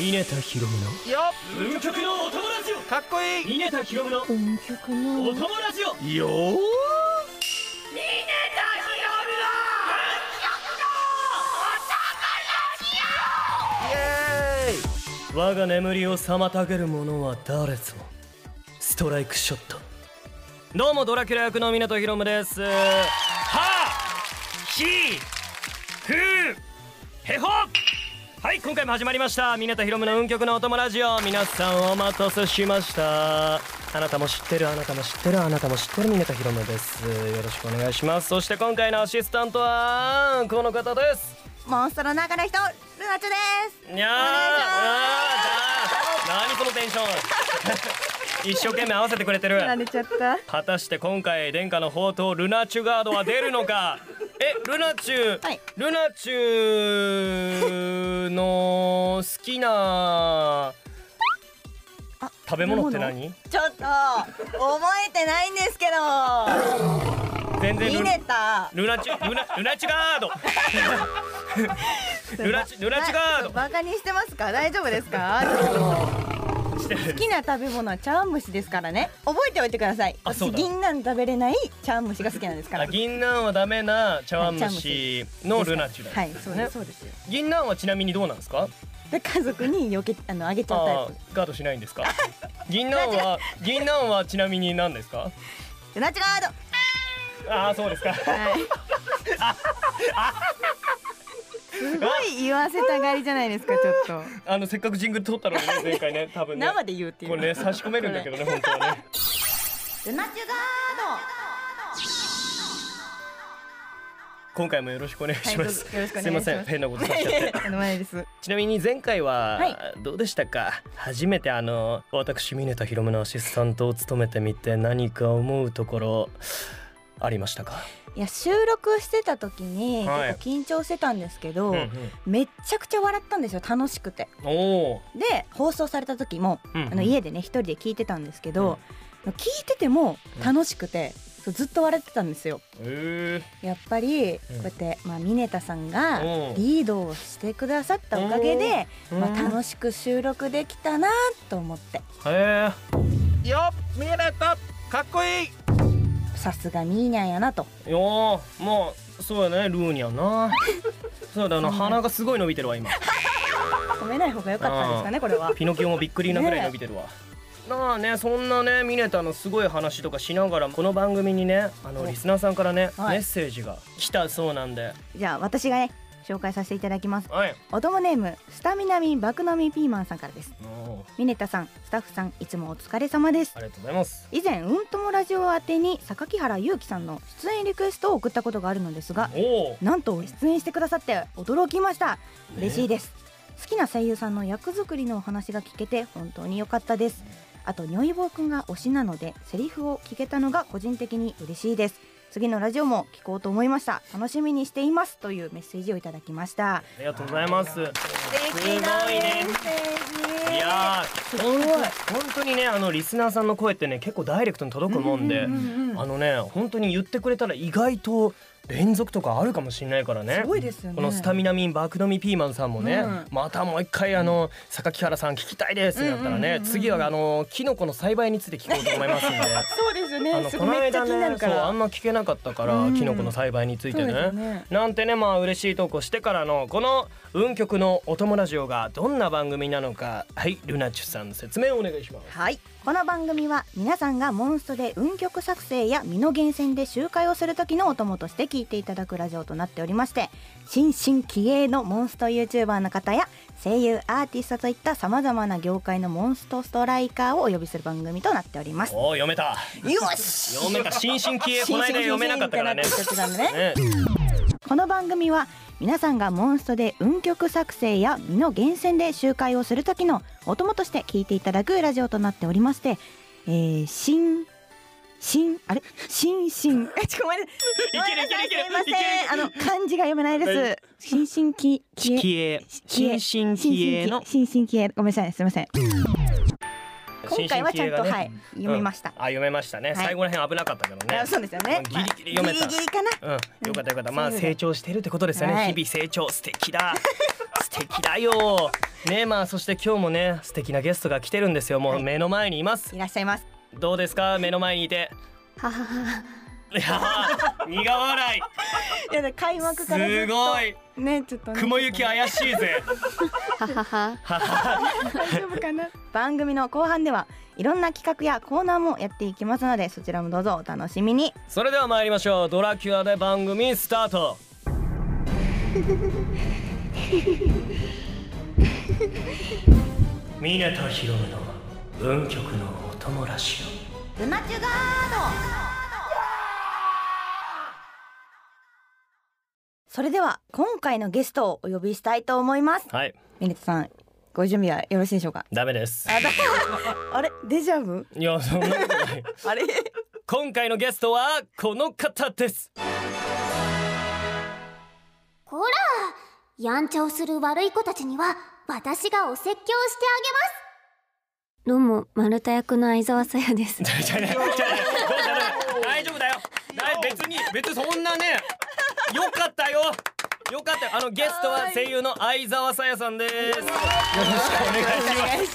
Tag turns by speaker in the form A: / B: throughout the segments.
A: 稲田博美の
B: よ
A: 運極のお友達
B: っかっこいい
A: を稲田博美の
C: 運極
A: お友
C: の
A: 達を
B: よーイエーイ
A: 我が眠りを妨げる者は誰ぞストライクショットどうもドラキュラ役の湊ひろむですはひふへほはい今回も始まりました湊ひろむの運極のお供ラジオ皆さんお待たせしましたあなたも知ってるあなたも知ってるあなたも知ってる湊ひろむですよろしくお願いしますそして今回のアシスタントはこの方です
C: モンストロの中の人ルナちゃです
A: にゃーあーだー何そのテンション一生懸命合わせてくれてる
C: られちゃった
A: 果たして今回殿下の宝刀ルナチュガードは出るのかえルナチュ、
C: はい
A: ルナチュの好きな食べ物って何
C: ちょっと覚えてないんですけ ど
A: 全
C: ミ
A: 然
C: ネタ
A: ルルナチュルナルナチュガード ルナチュルナチュガード
C: バカにしてますか大丈夫ですかちょっと
A: してる
C: 好きな食べ物は茶碗蒸しですからね覚えておいてください
A: あそう
C: 私
A: だ
C: 銀杏食べれない茶碗蒸しが好きなんですから
A: あ銀杏はダメな茶碗蒸しのルナチュだ、
C: はいそうで
A: ね
C: すそうですよ
A: 銀杏はちなみにどうなんですか
C: で家族によけあのあげちゃうタ
A: あ
C: イプ
A: ーガードしないんです か銀杏は銀杏はちなみに何ですか
C: ルナチュガー
A: ああそうですか
C: ドはいすごい言わせたがりじゃないですかちょっと
A: あのせっかくジングル撮ったのにね 前回ね多分ね
C: 生で言うっていう
A: これね差し込めるんだけどね本当はね
C: ルナチュガ
A: 今回もよろしくお願いします、
C: はいどうぞよろしくお願いします
A: いません変なことさせ
C: ー
A: ちゃ
C: ド
A: っ
C: いやいや
A: て
C: とんでもないです
A: ちなみに前回は
C: はい
A: どうでしたか、初めてあの私峰田博夢のアシスタントを務めてみて何か思うところありましたか、
C: いや収録してた時に結構
A: はい
C: 緊張してたんですけど、
A: うん
C: めっちゃくちゃ笑ったんですよ楽しくて
A: うん、おお
C: で放送された時も、
A: うんうん
C: あの家でね一人で聞いてたんですけど、聞いてても楽しくて、そうずっと笑ってたんですよ
A: え
C: やっぱりこうやって、まあ、ミネタさんが
A: うん
C: リードをしてくださったおかげで、
A: うん
C: まあ、楽しく収録できたなと思って
A: ー、へえ
B: よ見えないかっこいい
C: さすがミーニャンやなと
A: いやーまあそうやねルーニャ なそうだな鼻がすごい伸びてるわ今
C: 褒めない方が良かったんですかねこれは
A: ピノキオもびっくりなぐらい伸びてるわ、なあねそんなねミネタのすごい話とかしながらこの番組にねあのリスナーさんからね、
C: は
A: メ
C: い
A: ッセージが来たそうなんで
C: じゃあ私がね紹介させていただきます
A: はい
C: お供ネームスタミナミン爆飲みピーマンさんからです
A: おー
C: ミネタさんスタッフさんいつもお疲れ様です
A: ありがとうございます
C: 以前うんともラジオ宛てに榊原裕樹さんの出演リクエストを送ったことがあるのですが
A: おお
C: なんと出演してくださって驚きました嬉しいです好きな声優さんの役作りのお話が聞けて本当に良かったですあとニョイボーくんが推しなのでセリフを聞けたのが個人的に嬉しいです次のラジオも聞こうと思いました楽しみにしていますというメッセージをいただきました
A: ありがとうございます
C: 素
A: 敵なメッセージいやーほん本当にねあのリスナーさんの声ってね結構ダイレクトに届くもんで、あのね本当に言ってくれたら意外と連続とかあるかもしれないからね
C: すごいですよね
A: このスタミナミン爆飲みピーマンさんもね、
C: うん
A: またもう一回あの榊原さん聞きたいですってなったらね、次はあのキノコの栽培について聞こうと思いますんで
C: そうですよ
A: あ
C: ね
A: の
C: す
A: こ
C: ご
A: の
C: いめっちゃ
A: 間
C: 気になる
A: ね
C: か
A: そうあ
C: ら
A: んま聞けなかったから、
C: うん
A: キノコの栽培について
C: そう
A: ね
C: ですね
A: なんてねまあ嬉しい投稿してからのこの運極のお友ラジオがどんな番組なのかはいルナチュさんの説明をお願いします。
C: はいこの番組は皆さんがモンストで運曲作成や身の源泉で集会をする時のお供として聞いていただくラジオとなっておりまして新進気鋭のモンスト YouTuber の方や声優アーティストといったさまざまな業界のモンストストライカーをお呼びする番組となっておりますよ
A: おー読めた
C: し
A: 読めた新進 気鋭この間読めなかったからね。
C: 新進気鋭ってなっちゃったからね
A: ね
C: この番組は皆さんがモンストで運曲作成や身の源泉で集会をする時のお供として聞いていただくラジオとなっておりまして、えー、新新あれ 新進 えちょごめんなさ い
A: いけるいけるいける
C: ごめんなさいすいませんあの漢字が読めないです新進気
A: 地
C: 気鋭
A: 気鋭新
C: 気鋭
A: 進気鋭の
C: 新進気鋭ごめんなさいすいません今回はちゃんと、
A: 新進気鋭がね
C: はい読みました
A: うん、あ読めましたね、
C: い
A: 最後ら辺危なかったけどね
C: あそうですよね
A: ギリギリ読めた
C: まあギリギリかな
A: うん、よかったよかったまあ
C: そういう の
A: 成長してるってことですよね、
C: はい
A: 日々成長素敵だ素敵だよねまあそして今日もね素敵なゲストが来てるんですよもう目の前にいます
C: いらっしゃいます
A: どうですか目の前にいて
C: はははい
A: やー苦笑い
C: いやだから開幕からず
A: す
C: っと
A: ごい
C: ねちょっとね
A: 雲行き怪しいぜ
C: 大丈夫かな 番組の後半ではいろんな企画やコーナーもやっていきますのでそちらもどうぞお楽しみに
A: それでは参りましょうドラキュラで番組スタート 峰田ひろむの運極のお供ラジ
C: ルナチュガードそれでは今回のゲストをお呼びしたいと思います
A: オはい
C: ミネトさんご準備はよろしいでしょうか
A: ダメです
C: あれデジャブ
A: いやそんなことない
C: あれ
A: 今回のゲストはこの方です
D: こらやんちゃをする悪い子たちには私がお説教してあげますどうも丸太役の相沢さやです
A: 大丈夫だよ大丈夫だよだい別に別にそんなねよかったよよかったよあのゲストは声優の相沢さやさんですよろし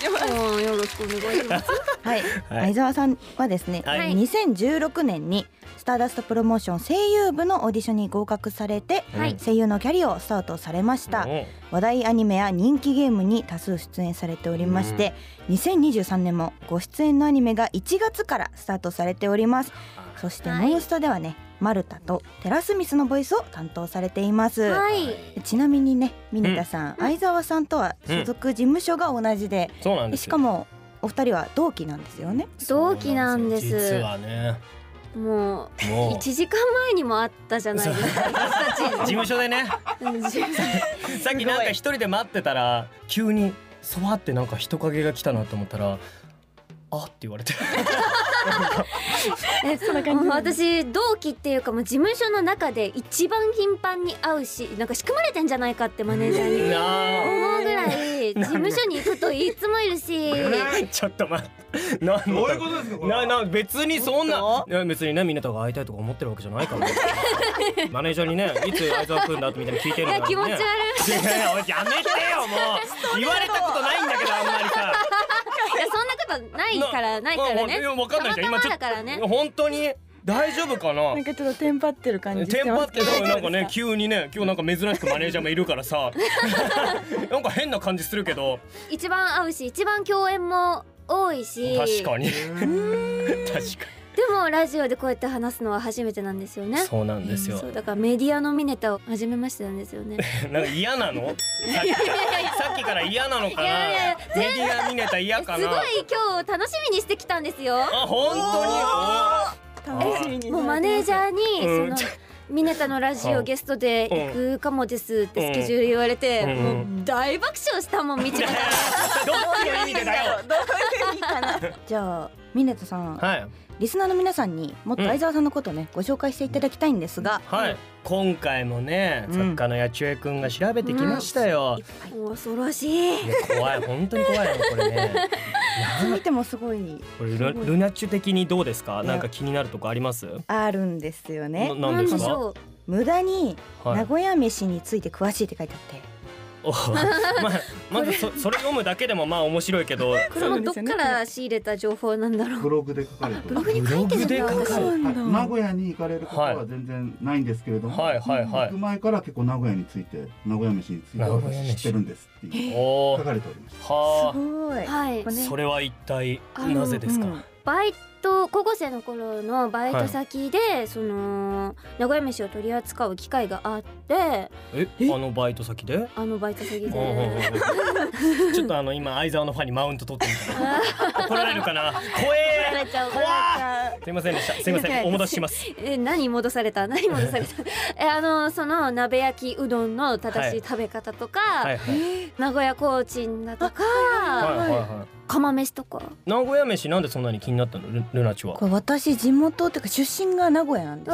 A: くお願いします
D: もうよろしくお願いします
C: はい、相沢さんはですね、
A: はい
C: 2016年にスターダストプロモーション声優部のオーディションに合格されて、
D: はい
C: 声優のキャリアをスタートされました、
A: うん
C: 話題アニメや人気ゲームに多数出演されておりまして、2023年もご出演のアニメが1月からスタートされておりますそして「
D: はい
C: モンスタ」ではねマルタとテラスミスのボイスを担当されています、
D: はい
C: ちなみにね峰田さん、相沢さんとは所属事務所が同じで、
A: そうなん
C: で
A: です
C: し
A: よ
C: かもお二人は同期なんですよね
D: 同期なんです
A: そうなんですよ実
D: も
A: はね
D: う
A: もう
D: 1時間前にもあったじゃないです か私
A: 事
D: たち
A: 務所でね
D: うんじ
A: さっきなんか一人で待ってたら急にそわってなんか人影が来たなと思ったらあって言われて
D: えもう私同期っていうかもう事務所の中で一番頻繁に会うしなんか仕組まれてんじゃないかってマネージャーに
A: な
D: 思うぐらい事務所に行くといつもい るし
A: あちょっと待ってな
B: どういうことですかこれ
A: なな別にそんな
C: 本
A: いや別にねみんなと会いたいとか思ってるわけじゃない からマネージャーにねいつ相沢君だってみたいに聞いてる
D: い
A: から、
D: や
A: ね、
D: 気持ち悪い
A: いやいやおいやめてよもう言われたことないんだけどあんまりさ
D: いやそんなことないか らないからね。
A: いやわかんないじゃん
D: たま
A: 今
D: た
A: ち
D: ま
A: ょっ
D: だからね
A: と。本当に大丈夫かな
C: なんかちょっとテンパってる感じし
A: テ
C: て
A: ンパ
C: ま
A: っ
C: す
A: てる
C: けど
A: なんか
C: 大丈夫です
A: ね急にね今日なんか珍しくマネージャーもいるからさなんか変な感じするけど
D: 一番合うし一番共演も多いし。
A: 確かに確か
D: でもラジオでこうやって話すのは初めてなんですよ
A: に
D: ね。
A: そうなんですよ
D: そうだからメディアのミネタを初めましてなんですよ ね。
A: なんか嫌なのさっきさっきから嫌なのか
D: い
A: な
D: やいやい
A: メディア見ネタ嫌
D: すご
A: か
D: い
A: なあ
D: 今日楽しみにしてきたんですよ。
A: 本
C: 楽しみに
D: もうマネージャー
A: う
D: に
A: ん
D: その。ミネタのラジ
A: う
D: オ
A: ん
D: ゲストで行くかもですってスケジュール言われて、
A: うん
D: もう大爆笑したもん道端で
A: 当に どっちの意味でだよ
C: じゃあミネトさん、
A: はい
C: リスナーの皆さんにもっと相沢さんのことをね、ご紹介していただきたいんですが、
A: はい今回もね
C: う
A: 作
C: ん
A: 家の八千恵くんが調べてきましたよ
D: 恐ろしい。
A: いや怖い本当に怖いよこれねなん
C: 見てもすごい
A: これル
C: すごい
A: ルナッチュ的にどうですか
C: や
A: なんか気になるとこあります
C: あるんですよね
A: ななんです
D: し
A: か
D: ょう。
C: 無駄に
A: はい
C: 名古屋飯について詳しいって書いてあって、
A: お まあ、まずそそれ読むだけでもまあ面白いけど
D: これもどっから仕入れた情報なんだろう。
E: ブログで書かれて
D: ブ
E: ま
D: ロ
E: す。
D: グに書いてるん
A: ブ
D: だ
A: ログで書かれて
E: は
D: 私
E: い
C: る
E: はい名古屋に行かれる方は全然ないんですけれども、
A: はいはいは
E: 行く前から結構名古屋について名古屋飯について
A: 名古屋飯
E: 私知ってるんですっていう
A: いお
E: 書
A: ー
E: かれておりまし
A: は
C: すごい、
D: はい
C: こ。れ
A: あ
C: ね
A: それは一体
D: あの
A: なぜですか、
C: うん
D: バイト高校生の頃のバイト先で、その名古屋飯を取り扱う機会があって、
A: えあのバイト先で
D: あのバイト先
A: うんうん うん
D: で。
A: ちょっとあの今相沢のファンにマウント取ってみたら怒られるかな怖
D: 怒ら
A: え
D: れちゃう怒
A: 怖
D: ら
A: すいませんでしたすいませんお戻しします
D: れちゃうえ何戻され た何戻された えあのその鍋焼きうどんの正しい食べ方とか、
A: はいはい
D: 名古屋コーチンだとか、
A: はいはいはい
D: 釜飯とか
A: 名古屋飯なんでそんなに気になったのルルナチは
C: これ私地元っていうか出身が名古屋なん
D: う
C: です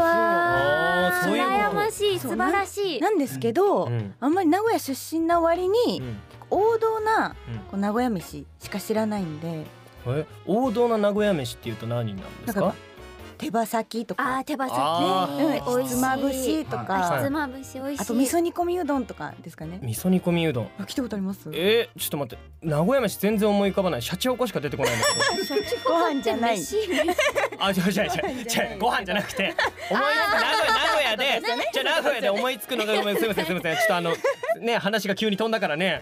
D: わ
A: あー
D: ー
A: そういうこと
D: 羨ましい
C: そ
D: 素
C: う
D: 晴らしい
C: なんですけど、
A: うん
C: あんまり名古屋出身な割に、
A: うん
C: 王道な
A: うん
C: こう名古屋飯しか知らないんで
A: え王道な名古屋飯っていうと何になるんで
C: なん
A: すか
C: か手羽先と
D: あ
C: か
D: ー、手羽
A: あ
D: 先ね。
C: うん、ひつまぶしとか、
D: ひ
E: は
D: つまぶし美味しい。
C: あと味噌煮込みうどんとかですかね。
A: 味噌煮込みうどん
C: あ来たことあります？
A: えー、ちょっと待って名古屋飯全然思い浮かばないシャチホコしか出てこないんだけど
C: ご飯じゃ ない。
D: 美味しいね
A: あ、違う違う違う、違う、ご飯じゃなくて、思い出す名古屋、名古屋で、じゃあ名古屋で思いつくのが、ごめん、すみません、すみません、ちょっとあの。ね、話が急に飛んだからね、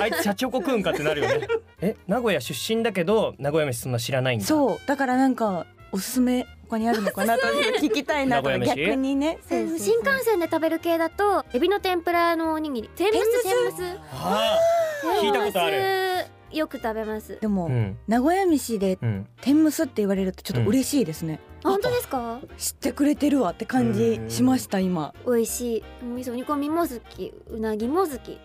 A: あいつ社長こ食うんかってなるよね。え、名古屋出身だけど、名古屋飯そんな知らないんだ。う。
C: そうだからなんかおすすめ他にあるのかなと聞きたいなと
A: 名古屋飯
C: 逆にね。そうそうそう
D: 新幹線で食べる系だとエビの天ぷらのおにぎり天むす天むす
A: あー聞いたことある
D: 天むすよく食べます
C: で
A: あ。
C: も、
A: うん。
C: 名古屋飯で
A: うん。
C: 天むすって言われるとちょっと嬉しいですね。
D: 本当ですか
C: 知ってくれてるわって感じしました今。
D: 美味しい味噌煮込みも好きうなぎも好き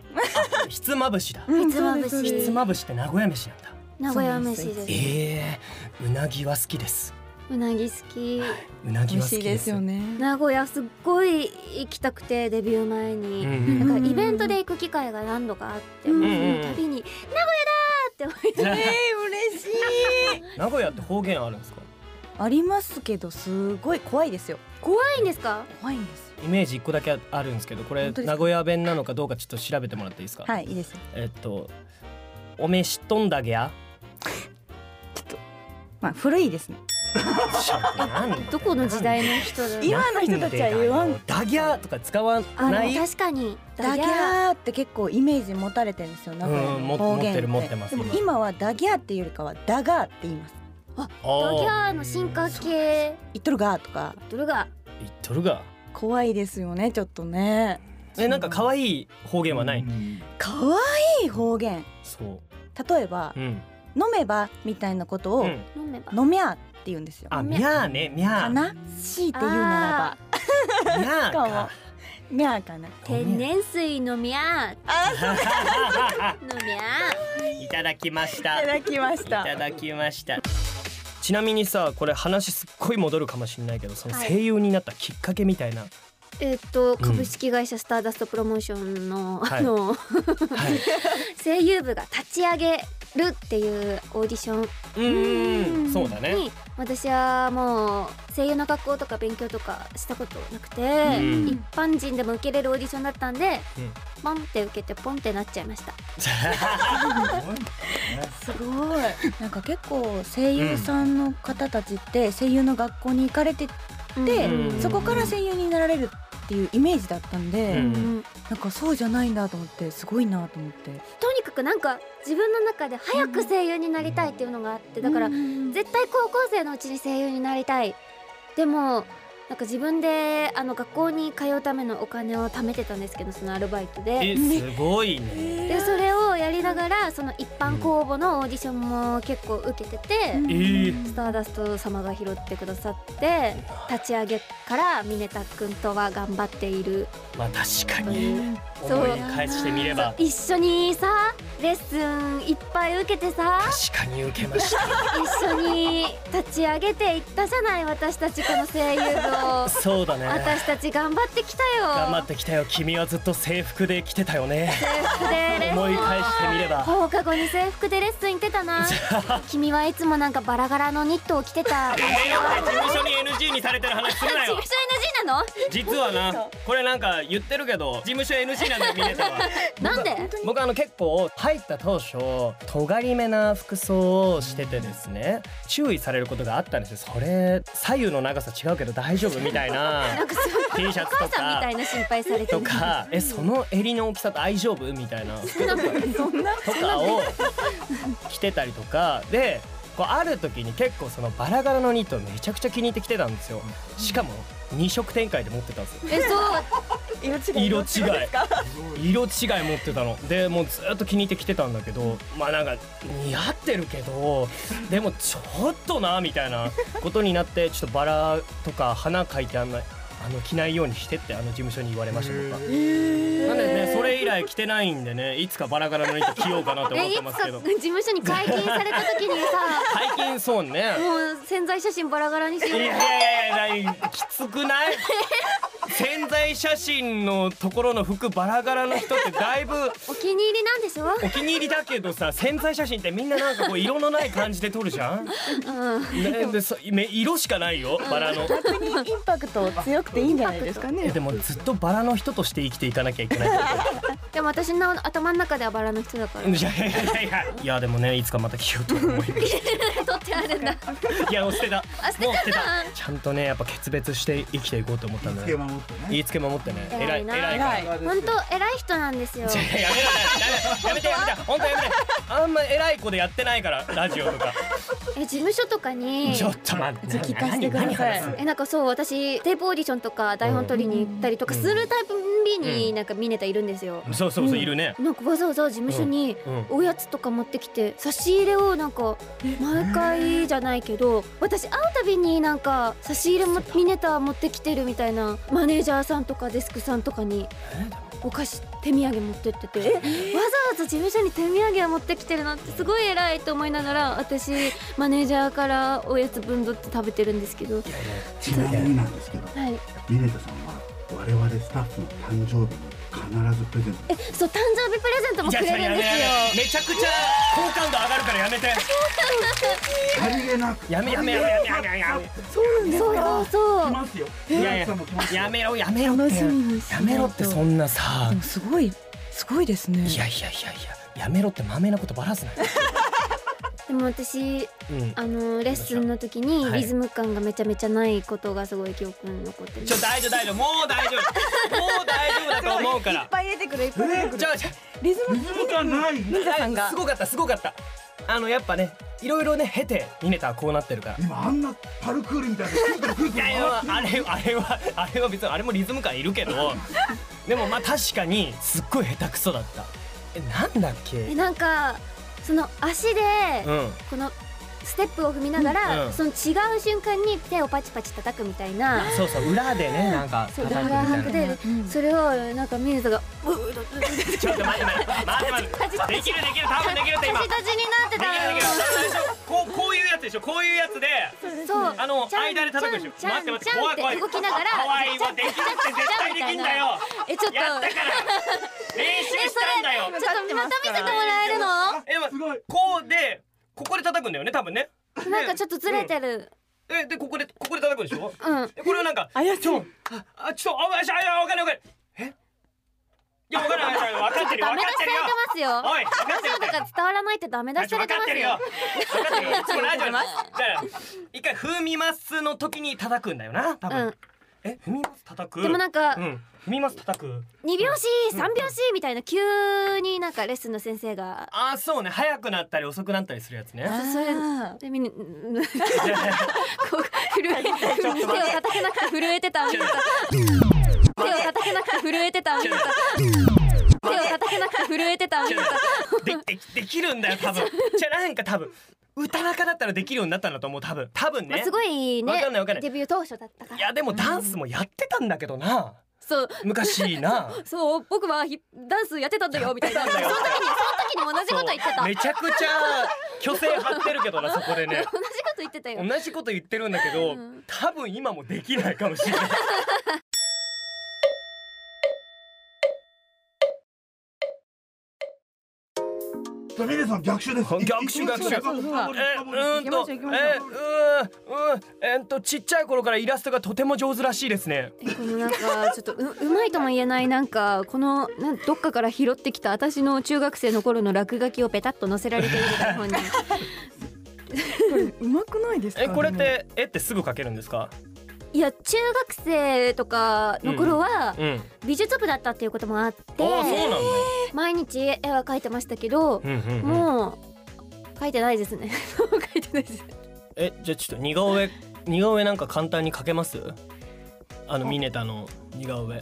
A: ひつまぶしだ。
C: うん
D: ひつまぶし
C: そうですそう
A: ひ
C: です
A: つまぶしって名古屋飯なんだ。
D: 名古屋飯
C: そうなん
D: です
C: で
A: ええー、うなぎは好きです。
D: うなぎ好き
A: うなぎ
C: 美
A: は
C: 味
A: 好き
C: しいで
A: ですす。
C: よね。
D: 名古屋すっごい行きたくてデビュー前
A: うんう
D: に、
A: ん。
D: なんかイベントで行く機会が何度かあって、
C: うん
D: もうその度に「名古屋だ!」って思い
C: えー、嬉しい。
A: 名古屋って方言あるんですか。
C: ありますけどすごい怖いですよ。
D: 怖いんですか
C: 怖いんです。
A: イメージ一個だけあるんですけど、これ
C: 本当ですか
A: 名古屋弁なのかどうか、ちょっと調べてもらっていいですか。
C: はいいいですよ。
A: えっと、おめしとんだぎゃ。
C: まあ古いですね。
D: どこの時代の人だろう
C: 今の人たちは言わん
A: なんでだよダギャーとか使わ
D: あ
A: な
D: の
A: い。
D: 確かに
C: ダギャーって結構イメージ持たれてるんですよ名古屋
A: うん
C: の
A: も
C: 方言っ
A: 持って
C: て,、
A: る持ってます
C: でも今はダギャーっていうよりかはダガーって言います
D: ダギャ
A: ー。
D: ーの進化系
C: 言っとるガーとか
D: どれが
A: 言っとるが。
C: 怖いですよねちょっとね
A: え、なんか可
C: い
A: 愛い方言は ない。
C: 可愛い方言
A: そ
C: 例えば
A: う。うん。
C: 「飲めば」みたいなことを
A: う
C: 「
A: ん
D: 飲めば
C: 飲みゃ」って言うんですよ。
A: あ、みゃーね、みゃ
C: か
A: ー。
C: な強いて言うならば
A: みゃー
C: か
A: か
C: も。「みゃ」かな。
D: 天然水飲みゃー飲みゃ
A: いただきました。
C: いただきまし
A: い
C: た。
A: ただきました。ちなみにさ、これ話すっごい戻るかもしれないけど、その
D: はい
A: 声優になったきっかけみたいな。
D: ーえっと株式会社スターダストプロモーションの
A: はい
D: あの
A: はい。
D: 声優部が立ち上げるっていうオーディション
A: うーん、そうだね。
D: に私はもう声優の学校とか勉強とかしたことなくて
A: ん
D: 一般人でも受けれるオーディションだったんで
A: うん
D: ポンって受けてポンってなっちゃいました
C: すごい。なんか結構声優さんの方たちって声優の学校に行かれてで
A: うん
C: そこから声優になられるっていうイメージだったんで、
A: うん
C: なんかそうじゃないんだと思ってすごいなと思って
D: とにかくなんか自分の中で早く声優になりたいっていうのがあってだから
C: うん
D: 絶対高校生のうちに声優になりたいでもなんか自分であの学校に通うためのお金を貯めてたんですけどそのアルバイト
A: え、
D: です
A: ごいね。
D: でそれをやりながらその一般公募のオーディションも結構受けてて
C: うん
A: えー
D: スターダスト様が拾ってくださって立ち上げからミネタ君とは頑張っている
A: まあ確か
D: と
A: に
D: いう
A: 思い返してみれば
D: 一緒にさレッスンいっぱい受けてさ
A: 確かに受けました
D: 一緒に立ち上げていったじゃない私たちこの声優部 を
A: そうだね
D: 私たち頑張ってきたよ
A: 頑張ってきたよ君はずっと制服で来てたよね
D: 制服でレッスン
A: 思い返してみれば
D: 放課後に制服でレッスン行ってたな君はいつもなんかバラ柄のニットを着てた
A: やめようって事務所に NG にされてる話するな
D: 事
A: よ
D: 務所 NG なの
A: 実はなこれなんか言ってるけど事務所 NG なんだよミネタは
D: なんで
A: 僕あの結構入った当初尖りめな服装をしててですね注意されることがあったんですよそれ左右の長さ違うけど大丈夫みたいな
D: なんかそう
A: T シャ
D: お
A: ツと
D: 母さんみ
A: か
D: たいな心配されて
A: と
D: る
A: かえその襟の大きさ大丈夫みたいな服とかとかを着てたりとかでこうある時に結構そのバラ柄のニットをめちゃくちゃ気に入ってきてたんですよしかも2色展開で持ってたんですよ
D: え そう
C: 色違
A: 色違い色違い持ってたのでもうずっと気に入ってきてたんだけどまあなんか似合ってるけどでもちょっとなみたいなことになってちょっとバラとか花描いてあんまあの着ないようにしてってあの事務所に言われました僕は。なんでねそれ以来着てないんでねいつかバラ柄の糸着ようかなと思
D: え
A: っ
D: い
A: て
D: つ
A: ま
D: か
A: すけど
D: 事務所に解禁された時に さ
A: 最近そうね
D: もう潜在写真バラ柄にし
A: い
D: よ
A: や
D: う
A: いやいやいやきつくない 潜在写真のところの服バラ柄の人ってだいぶ
D: お気に入りなんでしょ
A: お気に入りだけどさ潜在写真ってみんななんかこう色のない感じで撮るじゃん、ね、でそめ色しかないよバラの。
C: 逆にインパクト強くていいんじゃないですか
A: え
C: ね
A: でもずっとバラの人として生きていかなきゃいけない
D: でも私の頭の中ではバラの人だから
A: いやいやいやいやいやでもねいつかまた着ようと思いまし
D: 取ってあるんだ
A: たいやもう捨てた
D: あ捨てた
A: も
D: んだ
A: うちゃんとねやっぱ決別して生きていこうと思ったんだ
E: つけ
A: ね
E: 守ってね
A: 言いつけ守ってね偉
D: 偉
A: い
D: い
A: 偉
D: ない
A: から
D: 本当偉い人なんですよ
A: いやいややめろやめろやめてやめて本当やめてあんま偉い子でやってないからラジオとか
D: え事務所とかに
A: ちょっと待って
C: 聞かせてください
D: えなんかそう私テープオーディションとか台本取りに行ったりとかするたんびになんかミネタいるんですよ、
A: そうそうそういるね
D: なんかわざわざ事務所に
A: うんうん
D: おやつとか持ってきて差し入れをなんか毎回じゃないけど私会うたびになんか差し入れもミネタ持ってきてるみたいなマネージャーさんとかデスクさんとかにお菓子手土産持ってっててわざわざ事務所に手土産を持ってきてるなんてすごい偉いと思いながら私マネージャーからおやつ分取って食べてるんですけど。
E: ちなみになんですけど
D: はい、
E: ミネタさんは我々スタッフの誕生日に必ずプレゼント
D: えそう誕生日プレゼントも
A: い
D: く
A: や
D: れ
A: いやや
D: るん
A: め
D: です
A: やめ
D: よ。
A: めちゃくちゃ好感度上がるからやめて
E: さりげなく
A: やめやめやめやめやめやめ
D: そうそうそう
E: 来。ますよ
A: いやいや
E: ミネタさんも来ますよ
A: やめろやめろって
C: 楽しみにして
A: やめろってそんなさ
C: でもすごいすごいですね
A: いやいやいやいややめろってまめなことばらすなよ、
D: でも私
A: うん、
D: あのレッスンの時に
A: はい
D: リズム感がめちゃめちゃないことがすごい記憶に残ってる
A: ちょ大丈夫大丈夫もう大丈夫もう大丈夫だと思うから
C: ぱい入れてくるいっぱい入れてく
A: じゃあじゃ
C: リズム
E: リズム感ない
C: ミカさん
A: あ
C: が
A: すごかったすごかったあのやっぱねいろいろね経てミネタはこうなってるから
E: 今あんなパルクールみたいなくるくるくる
A: い
E: くる
A: やいやあれあれはあれは別にあれもリズム感いるけどでもまあ確かにすっごい下手くそだったえなんだっ
D: え
A: け
D: なんかその足で
A: うん
D: このステップを踏みなが
A: うんう
D: ら
A: ん
D: その違う瞬間に手をパチパチ叩くみたいな
A: そうそう裏でねなんか
D: そう
A: 叩く
D: ガ
A: み
D: ガ
A: た
D: ハ
A: い
D: ク
A: な
D: でそれをなんかミネタがううううう
A: ちょっと待って待って待って待ってできるできる多分できるって今
D: 立ち立ちになっ
A: で
D: て
A: きる
D: た
A: で
D: よ
A: きるこうこういうやつでしょこういうやつで
D: そう
A: あの
D: ちゃん
A: 間で叩くでしょ
D: ちゃん
A: 待って待って
D: ちゃん
A: 怖い怖い
D: って動きながら
A: 可愛いわできるって絶対できんだよ
D: えちょっと
A: やったから練習したんだよ
D: ちょっとまた見せてもらえるの
A: え
E: すごい
A: こうでここで叩くんだよね多分ね
D: なんかちょっとずれてる
A: えでここでここで叩くでしょ
D: うん
A: えこれはなんか
C: あやちょ
A: ああちょっとあよしあいやわかんないわかんないえいやわかんないわかんないわかってるよ
D: ダ
A: わ
D: メ
A: か
D: 出し
A: って
D: され
A: る
D: て
A: よ
D: ますよ
A: おい分かっ
D: ラ
A: て
D: ジ
A: る
D: オとか伝わらないってダメ出しさ
A: 分
D: れて
A: か
D: ま
A: って
D: す
A: るよ
D: よ
A: 分かってるよこれラジオだから一回踏みますの時に叩くんだよな多分、
D: うん
A: え踏みます叩く
D: でもなんか
A: うん踏みます叩く
D: 二拍子三拍子みたいな急になんかレッスンの先生が
A: ああそうね早くなったり遅くなったりするやつね
D: それでみんなうんこう震え手を叩けなくて震えてたあの人手を叩けなくて震えてたあの人手を叩けなくて震えてたあの人
A: ででできるんだよ 多分じゃあなんか多分歌中だったらできるようになったんだと思う多分多分
D: ま
A: ね、
D: あすごい
A: わ
D: ね
A: かんないわかんない
D: デビュー当初だったか
A: い
D: ら
A: やでもダンスもやってたんだけどな
D: そう
A: 昔な
D: そう僕はヒップダンスやってたんだよみたいなその時にその時にも同じこと言ってた
A: めちゃくちゃ虚勢張ってるけどなそこでね
D: 同じこと言ってたよ
A: 同じこと言ってるんだけど、
D: うん
A: 多分今もできないかもしれない
E: ミネさん逆襲です
A: 逆襲逆襲
E: 行きましょう
C: そ
A: えう
C: うそう
A: ーん
C: 行
A: と
C: きましょ
A: え
C: う
A: う
C: 行きまし
A: ー
C: ょう
A: んうんえーっとちっちゃい頃からイラストがとても上手らしいですね
D: えこのなんかちょっとううまいとも言えないなんかこのなんどっかから拾ってきた私の中学生の頃の落書きをペタッと載せられている台 本に
C: これうまくないですか
A: えこれっ
C: でも
A: て絵ってすぐ描けるんですか
D: いや中学生とかの頃は
A: うん
D: 美術部だったっていうこともあって
A: ああそうなんだ
D: 毎日絵は描いてましたけど
A: うんうんうん
D: もう描いてないですね もう描いてないです
A: えじゃあちょっと似顔絵似顔絵なんか簡単に描けますあのミネタの似顔絵あ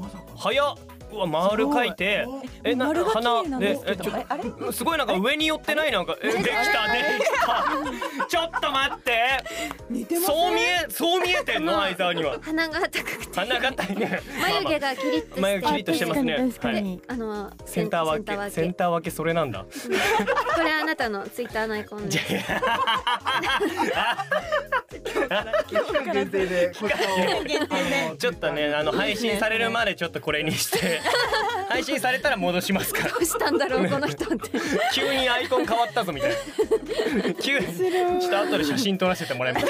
E: まさか
A: 早っうわ丸書いてえな
F: 丸が綺麗
A: 花
F: なん
A: で
F: です
A: え
F: け
A: ち
F: ど
A: ょ
F: えあれ
A: すごいなんか上に寄ってないなんかえできたでき たちょっと待って
F: 似てます
A: そう見えそう見えてんの相沢 には
D: 鼻が高くて
A: 鼻が高いね
D: 眉毛がキリッとして
A: 眉毛キリッとしてますね
C: 確かに確かに
A: はい
D: であの
A: センター分けセンター分けそれなんだ
D: これあなたのツイッターのアイコン
A: じ
D: で
A: ゃ
E: 期間限定でこちらを
A: あ ちょっとねあの配信されるまでちょっとこれにして配信されたら戻しますから
D: どうしたんだろうこの人って
A: 急にアイコン変わったぞみたいな急にちょっと後で写真撮らせてもらいます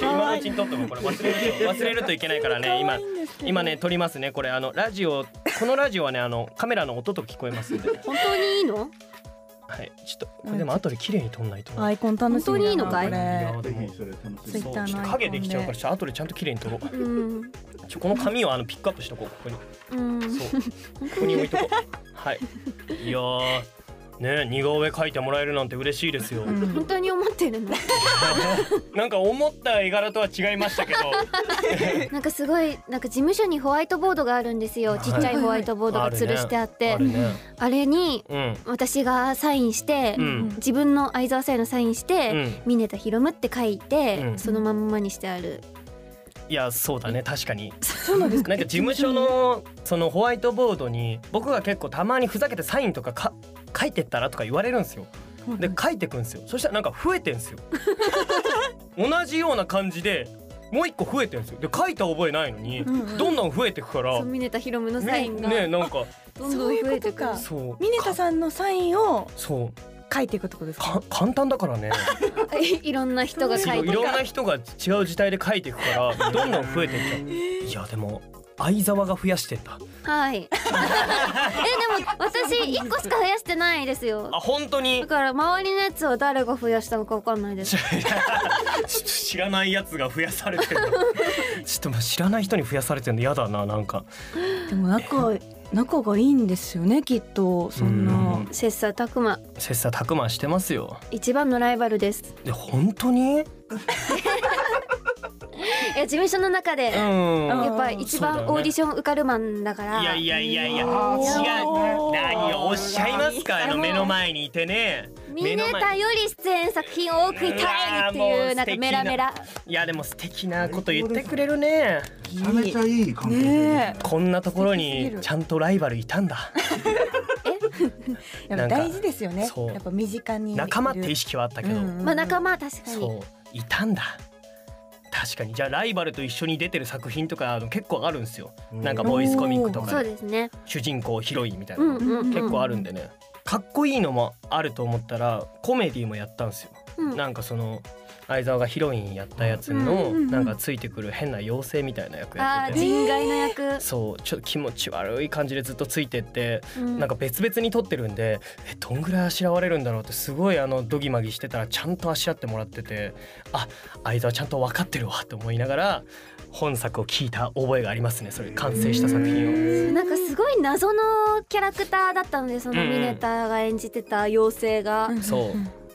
A: 今のうちに撮ってもこれ忘れると忘れるといけないからね今今ね撮りますねこれあのラジオこのラジオはねあのカメラの音と聞こえますんで、
D: 本当にいいの
A: はいちょっとこれでも後で綺麗に撮んないとな、
C: アイコン楽しみだな
D: 本当にいいのかい
C: これ
E: ぜひそれ楽しんで
C: ツイッターのアイコンで
A: 影できちゃうからちょっと後でちゃんと綺麗に撮ろう
D: うん
A: ちょこの紙をあのピックアップしとこうここに
D: うん
A: そうここに置いとこうはいいやーね似顔絵描いてもらえるなんて嬉しいですよ、
C: うん
D: 本当に思ってるの
A: なんか思った絵柄とは違いましたけど
D: なんかすごいなんか事務所にホワイトボードがあるんですよ
A: い
D: ちっちゃいホワイトボードが吊るしてあって
A: あるね
D: あれに
A: うん
D: 私がサインして、
A: うん
D: 自分の相沢さんのサインし
A: う
D: て、
A: ん
D: ミネタヒロムって書いて、
A: うん
D: そのまんまにしてある
A: いやそうだね確かに
F: そうなんですか
A: なんか事務所のそのホワイトボードに僕が結構たまにふざけてサインとかか書いてったらとか言われるんですよで書いてくんですよそしたらなんか増えてんですよ同じような感じでもう一個増えてんですよで書いた覚えないのに
F: うんうん
A: どんどん増えてくから
D: そうミネタヒロムのサ
A: ね
D: インが
A: ねなんか
D: どんどん増えてくる
F: そういうことか
A: そう
F: ミネタさんのサインを
A: そう
F: 書いていくってことですか
A: か簡単だからね
D: いろんな人が書
A: い
D: いて
A: ろん
D: た
A: な人が違う時代で書いていくからどんどん増えていっちゃういやでも相沢が増やしてんだ
D: はい えでも私一個しか増やしてないですよ
A: あ本当 に
D: だから周りのやつは誰が増やしたのかわかんないです
A: 知らないやつが増やされてるのちょっとまあ知らない人に増やされてるの嫌だななんか
C: でも仲仲がいいんですよねきっとそん
A: う
C: なん
D: 切磋琢磨
A: 切磋琢磨してますよ
D: 一番のライバルです
A: で本当に
D: いや事務所の中で、
A: う
D: や
A: ん
D: っぱ一
A: そうだ
D: 番
A: ね
D: オーディション受かるマンだから
A: いやいやいやいや違う
E: あー
A: 何をおっしゃいますかあの目の前にいてね
D: ミネタより出演作品を多く見たいって
A: うわーも
D: いううなんかメラメラ
A: いやでも素敵なこと言ってくれるね
E: めちゃめちゃいい関係性
F: ねえ
A: こんなところ
F: 素敵すぎ
A: に
F: る
A: ちゃんとライバルいたんだ
F: やっ
A: な
F: ぱ
A: んか
F: 大事ですよね
A: そう
F: やっぱ身近にいる
A: 仲間って意識はあったけど、
F: うん
D: まあ仲間は確かに
A: そういたんだ確かにじゃあライバルと一緒に出てる作品とかあの結構あるんですよ
E: うん
A: なんかボーイスコミックと
D: そ
A: か
D: う
A: で
D: ですね
A: 主人公ヒロインみたいな、
D: うんうん、うん、
A: 結構あるんでねかっこいいのもあると思ったらコメディもやったんですよ、
D: うん
A: なんかその相沢がヒロインやったやつのなんかついてくる変な妖精みたいな役やっ
D: あー
A: てて、
D: 人外の役、
A: そうちょっと気持ち悪い感じでずっとついてって
D: うん
A: なんか別々に撮ってるんでえどんぐらいあしらわれるんだろうってすごいあのドギマギしてたらちゃんとあしらってもらっててあ相沢ちゃんと分かってるわと思いながら本作を聞いた覚えがありますねそれ完成した作品を。
D: なんかすごい謎のキャラクターだったのでその
A: うん
D: ミネタが演じてた妖精が
F: うん
A: そう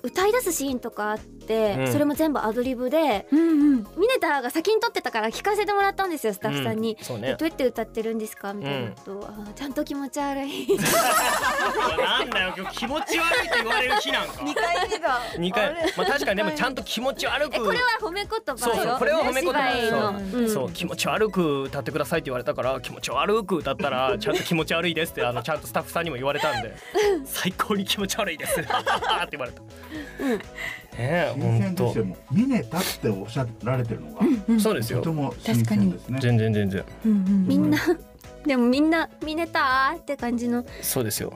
D: 歌い出すシーンとかあって、
A: うん
D: それも全部アドリブで
F: うんうん
D: ミネタが先に撮ってたから聞かせてもらったんですよスタッフさんに。
A: うんそう
D: え
A: ね
D: どうやって歌ってるんですかみたいなことを、あーちゃんと気持ち悪い
A: いやなんだよ今日気持ち悪いって言われる日なんか
F: 二回目が
A: 二回まあ確かにでもちゃんと気持ち悪く
D: えこれは褒め言葉よ
A: そうそうこれは褒め言葉
D: お芝居
A: そ
D: の
A: う,、
D: ん
A: そう気持ち悪く歌ってくださいって言われた から気持ち悪く歌ったらちゃんと気持ち悪いですってあのちゃんとスタッフさんにも言われたん で最高に気持ち悪いですって言われた。ねえ
E: 新
A: 本
E: 鮮として
A: 当
E: もミネタっておっしゃられてるのが
A: そうです
E: とて
A: よ
E: も新鮮ですね。
A: 全然全然
D: みんなでもみんなミネターって感じの
A: そうですよ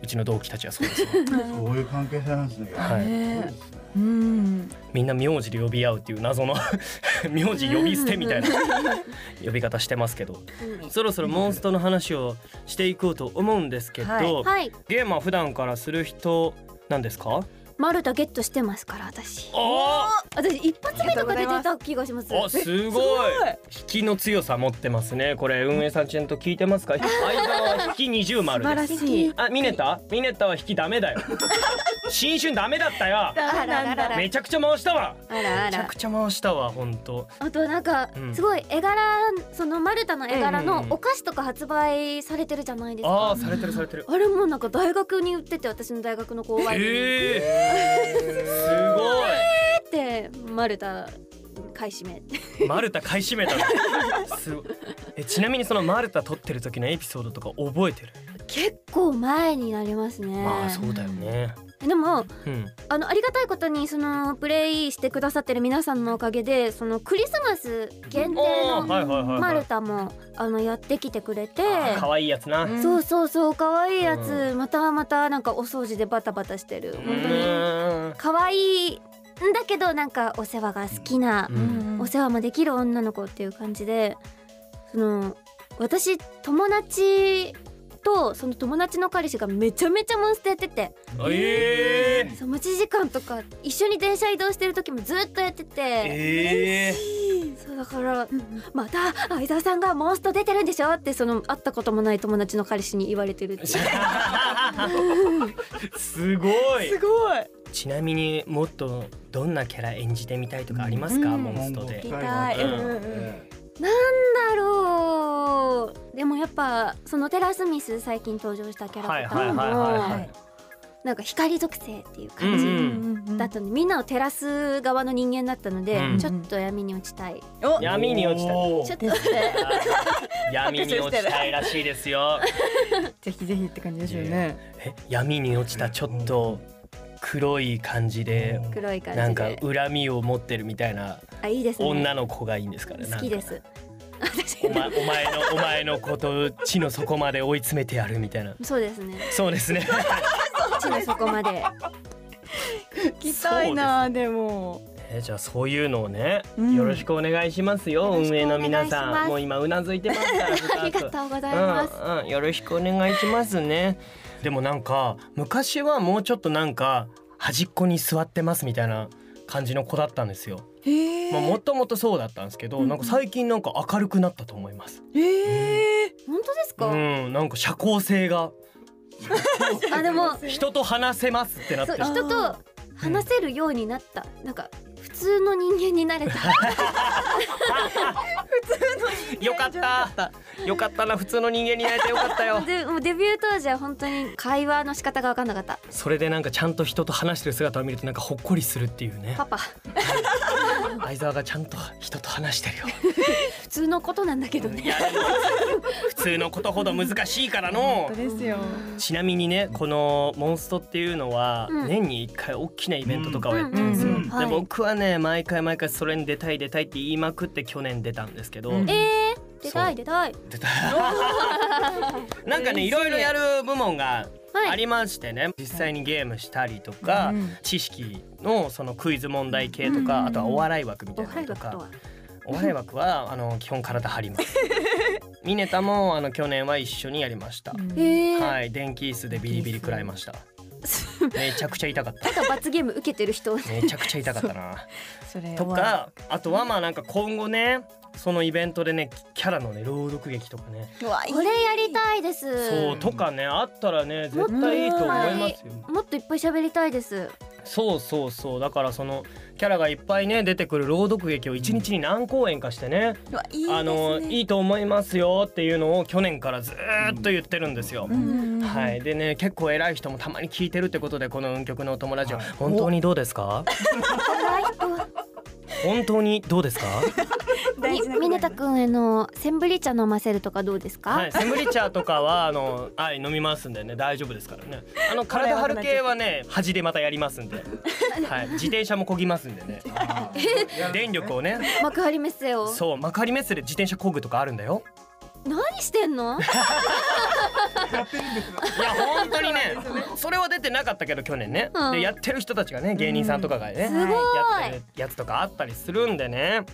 A: うちの同期たちはそう ですよ
E: そういう関係性なんですね。
A: はい
E: そう
F: ね
E: ですね
F: えうん
A: みんな名字で呼び合うっていう謎 の名字呼び捨てみたいな呼び方してますけどそろそろモンストの話をしていこうと思うんですけど、
F: は
D: はい
A: ゲームは普段からする人なんですか
D: マルタゲットしてますから私
A: お
D: 私一発目とか
F: ありがとうござい
D: で
F: ま
D: 出
F: す
D: た気がします
A: お
D: え
A: すごい引きの強さ持ってますねこれ運営さんちゃんと聞いてますか相沢は引き20
F: 素晴
A: 丸
F: ら
A: です
F: しい。
A: あミネタミネタは引きダ メだよ新春ダメだったよ
D: あらあらあら
A: めちゃくちゃ回したわ
D: あらあ
A: めちゃ
D: ら
A: くちゃ回したわ本当
D: あとなんか
A: うん
D: すごい絵柄そのマルタの絵柄
A: うんう
D: の
A: んうん
D: お菓子とか発売されてるじゃないです
A: あ
D: か
A: あされてるされてる
D: あれもなんか大学に売ってて私の大学の後輩に売
A: えー、すごい
D: ってマルタ買い占 め
A: マルタ買い占めた のすごいえちなみにそのマルタ撮ってる時のエピソードとか覚えてる、
D: 結構前になりますね
A: まあそうだよね
D: でも
A: うん
D: あのありがたいことにそのプレイしてくださってる皆さんのおかげでそのクリスマス限定
A: おー
D: の
A: はいはいはい、
D: マ
A: は
D: ル
A: い、
D: タもあのやってきてくれて
A: 可愛いやつな、
F: ん
D: そうそうそう可愛いやつ、
A: う
D: またまたなんかお掃除でバタバタしてる
A: う
D: 本当に
A: ーん
D: 可愛いんだけどなんかお世話が好きな
A: う
F: うんん
D: お世話もできる女の子っていう感じでその私友達とその友達の彼氏がめちゃめちゃモンスターやってて
A: えー
D: そう待ち時間とか一緒に電車移動してる時もずっとやってて、
A: えー
D: そうだからまた相沢さんがモンスト出てるんでしょってその会ったこともない友達の彼氏に言われ てるっていう
A: すごい
F: すごい。
A: ちなみにもっとどんなキャラ演じてみたいとかありますか、
F: うん
A: モンストで
F: 聞きたい。
A: うん
F: うんうんうん
E: ええ
D: なんだろうでもやっぱそのテラスミス最近登場したキャ
A: はい
D: ラと
A: はいはい
D: かも
A: はいは
F: はいい
D: なんか光属性っていう感じ、
A: うんうん
F: うん
D: だったのでみんなを照らす側の人間だったので、
A: うん
D: ちょっと闇に落ちたい、
F: お
A: 闇に落ちた
E: おー
D: ちょっと
F: です ね。
A: 闇に落ちたいらしいですよ
F: ぜひぜひって感じですよね。
A: え闇に落ちたちょっと黒い感じで
D: 黒い感じで
A: なんか恨みを持ってるみたいな
D: あいいですね
A: 女の子がいいんですからね
D: 好きです
A: お前お前のお前のこと地の底まで追い詰めてやるみたいな
D: そうですね
A: そうですね
D: 地の底 まで
F: 聞きたいなでも。
A: えじゃあそういうのをね、
F: うん
A: よろしくお願いしますよ
D: よろしく
A: 運営の皆
D: お願いし
A: さ
D: ま
A: ん
D: す
A: もう今うなずいてますから
D: ありがとうございます、
A: うんうん、よろしくお願いしますねでもなんか昔はもうちょっとなんか端っこに座ってますみたいな感じの子だったんですよ、
F: へえ。
A: まあ、もともとそうだったんですけど、なんか最近なんか明るくなったと思います
F: へえ。
D: 本当です
A: う
D: か、
A: んなんか社交性が
D: あ でも
A: 人と話せますってなって
D: そう
A: る
D: 人と話せるようになったなんか普通の人間になれた
A: よかったよかったな普通の人間になれてよかった よ
D: でもうデビュー当時は本当に会話の仕方が分かんなかった
A: それでなんかちゃんと人と話してる姿を見るとなんかほっこりするっていう ね
D: パパ
A: 相沢がちゃんと人と話してるよ
D: 普通のことなんだけど
A: い
D: ね
A: やでも普通のことほど難しいからの
F: 本当ですよ。
A: ちなみにねこの「モンスト」っていうのは
D: うん
A: 年に1回大きなイベントとかをやってるんですよ、
F: うんうん
D: うん
A: で
D: はい
A: 僕はね毎回毎回それに出たい出たいって言いまくって去年出たんですけど、
F: うん
D: えー、出たい出たい
A: 出た なんかねいろいろやる部門が
D: はい
A: ありましてね、実際にゲームしたりとか、
F: うん
A: 知識のそのクイズ問題系とか、
F: うん
A: あとはお笑い枠みた
D: お
A: いな
D: は
A: の
D: い
A: と
D: だと
A: か
D: は
A: お笑い枠はあの基本体張りますミネタもあの去年は一緒にやりました、
D: え
F: え。
D: ー、
A: はい電気椅子でビリビリ食らいましためちゃくちゃ痛かっ
D: なんか罰ゲーム受けて る人
A: ためちゃくちゃ痛かったな
F: それは
A: とかあとはまあなんか今後ねそのイベントでねキャラのね朗読劇とかね、
F: うわいい
D: これやりたいです
A: そうとかねあったらね絶対いいと思いますよ
D: もっといっぱい喋りたいです
A: そうそうそうだからそのキャラがいっぱいね出てくる朗読劇を一日に何公演かしてね、
F: うわいいですね。
A: あのいいと思いますよっていうのを去年からずーっと言ってるんですよ。
F: うんうんうん。
A: はい、でね結構偉い人もたまに聞いてるってことでこの「運極のお友達」は
E: はい
A: 本当にどうですか
D: 偉い人
A: 本当にどうですか
F: 大事なこと
D: みねたくんへのセンブリ茶飲ませるとかどうですか、
A: はいセムリチャーとかはあの、はい、飲みますんでね大丈夫ですからねあの体張る系はね端でまたやりますんで、はい、自転車もこぎますんでね
E: あー
A: 電力をね
D: 幕張メッセを
A: そう幕張メッセで自転車こぐとかあるんだよ。
D: 何してん の
E: やってるんですよ
A: いや本当にねそれは出てなかったけど去年ね、
D: うん
A: でやってる人たちがね芸人さんとかがね、
F: すごい
A: やってるやつとかあったりするんでね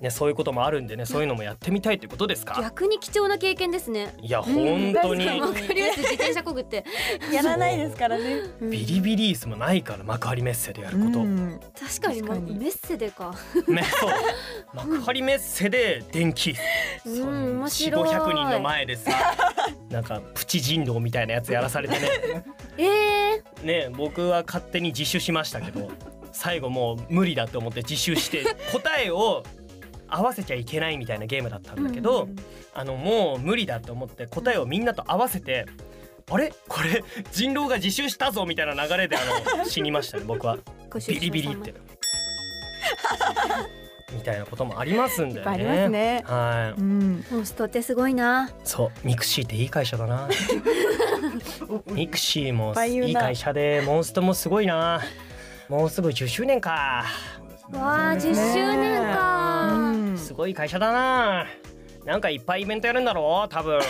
A: ね、そういうこともあるんでねそういうのもやってみたいってことですか
D: 逆に貴重な経験ですね
A: いや本当に
D: わかります自転車こぐって
F: やらないですからね。
D: うん
A: ビリビリ椅子もないから幕張メッセでやること、
F: うん
D: 確かに
F: 確かに
D: メッセでか
A: ねそう幕張メッセで電気椅子
D: うん
A: そ
D: 面
A: 4 5
D: 白い
A: 0 0人の前でさなんかプチ人道みたいなやつやらされてね
D: ええ
A: ね僕は勝手に自首しましたけ ど最後もう無理だと思って自首して答えを合わせちゃいけないみたいなゲームだったんだけど、あのもう無理だと思って答えをみんなと合わせて、あれこれ人狼が自首したぞみたいな流れであ の死にましたね僕は
D: ご愁傷様
A: ビリビリって。みたいなこともありますんだ
F: いっ
A: よね。
F: ぱいありますね
A: は
F: う
A: い、
F: ん。
D: モンストってすごいな
A: そう、ミクシーっていい会社だな。ミクシーも
F: ぱい言うない
A: い会社で、モンストもすごいな。もうすぐ10周年か。
D: わあ10周年
F: う
D: か
F: ん。
A: すごい会社だな。なんかいっぱいイベントやるんだろう、多分。
F: や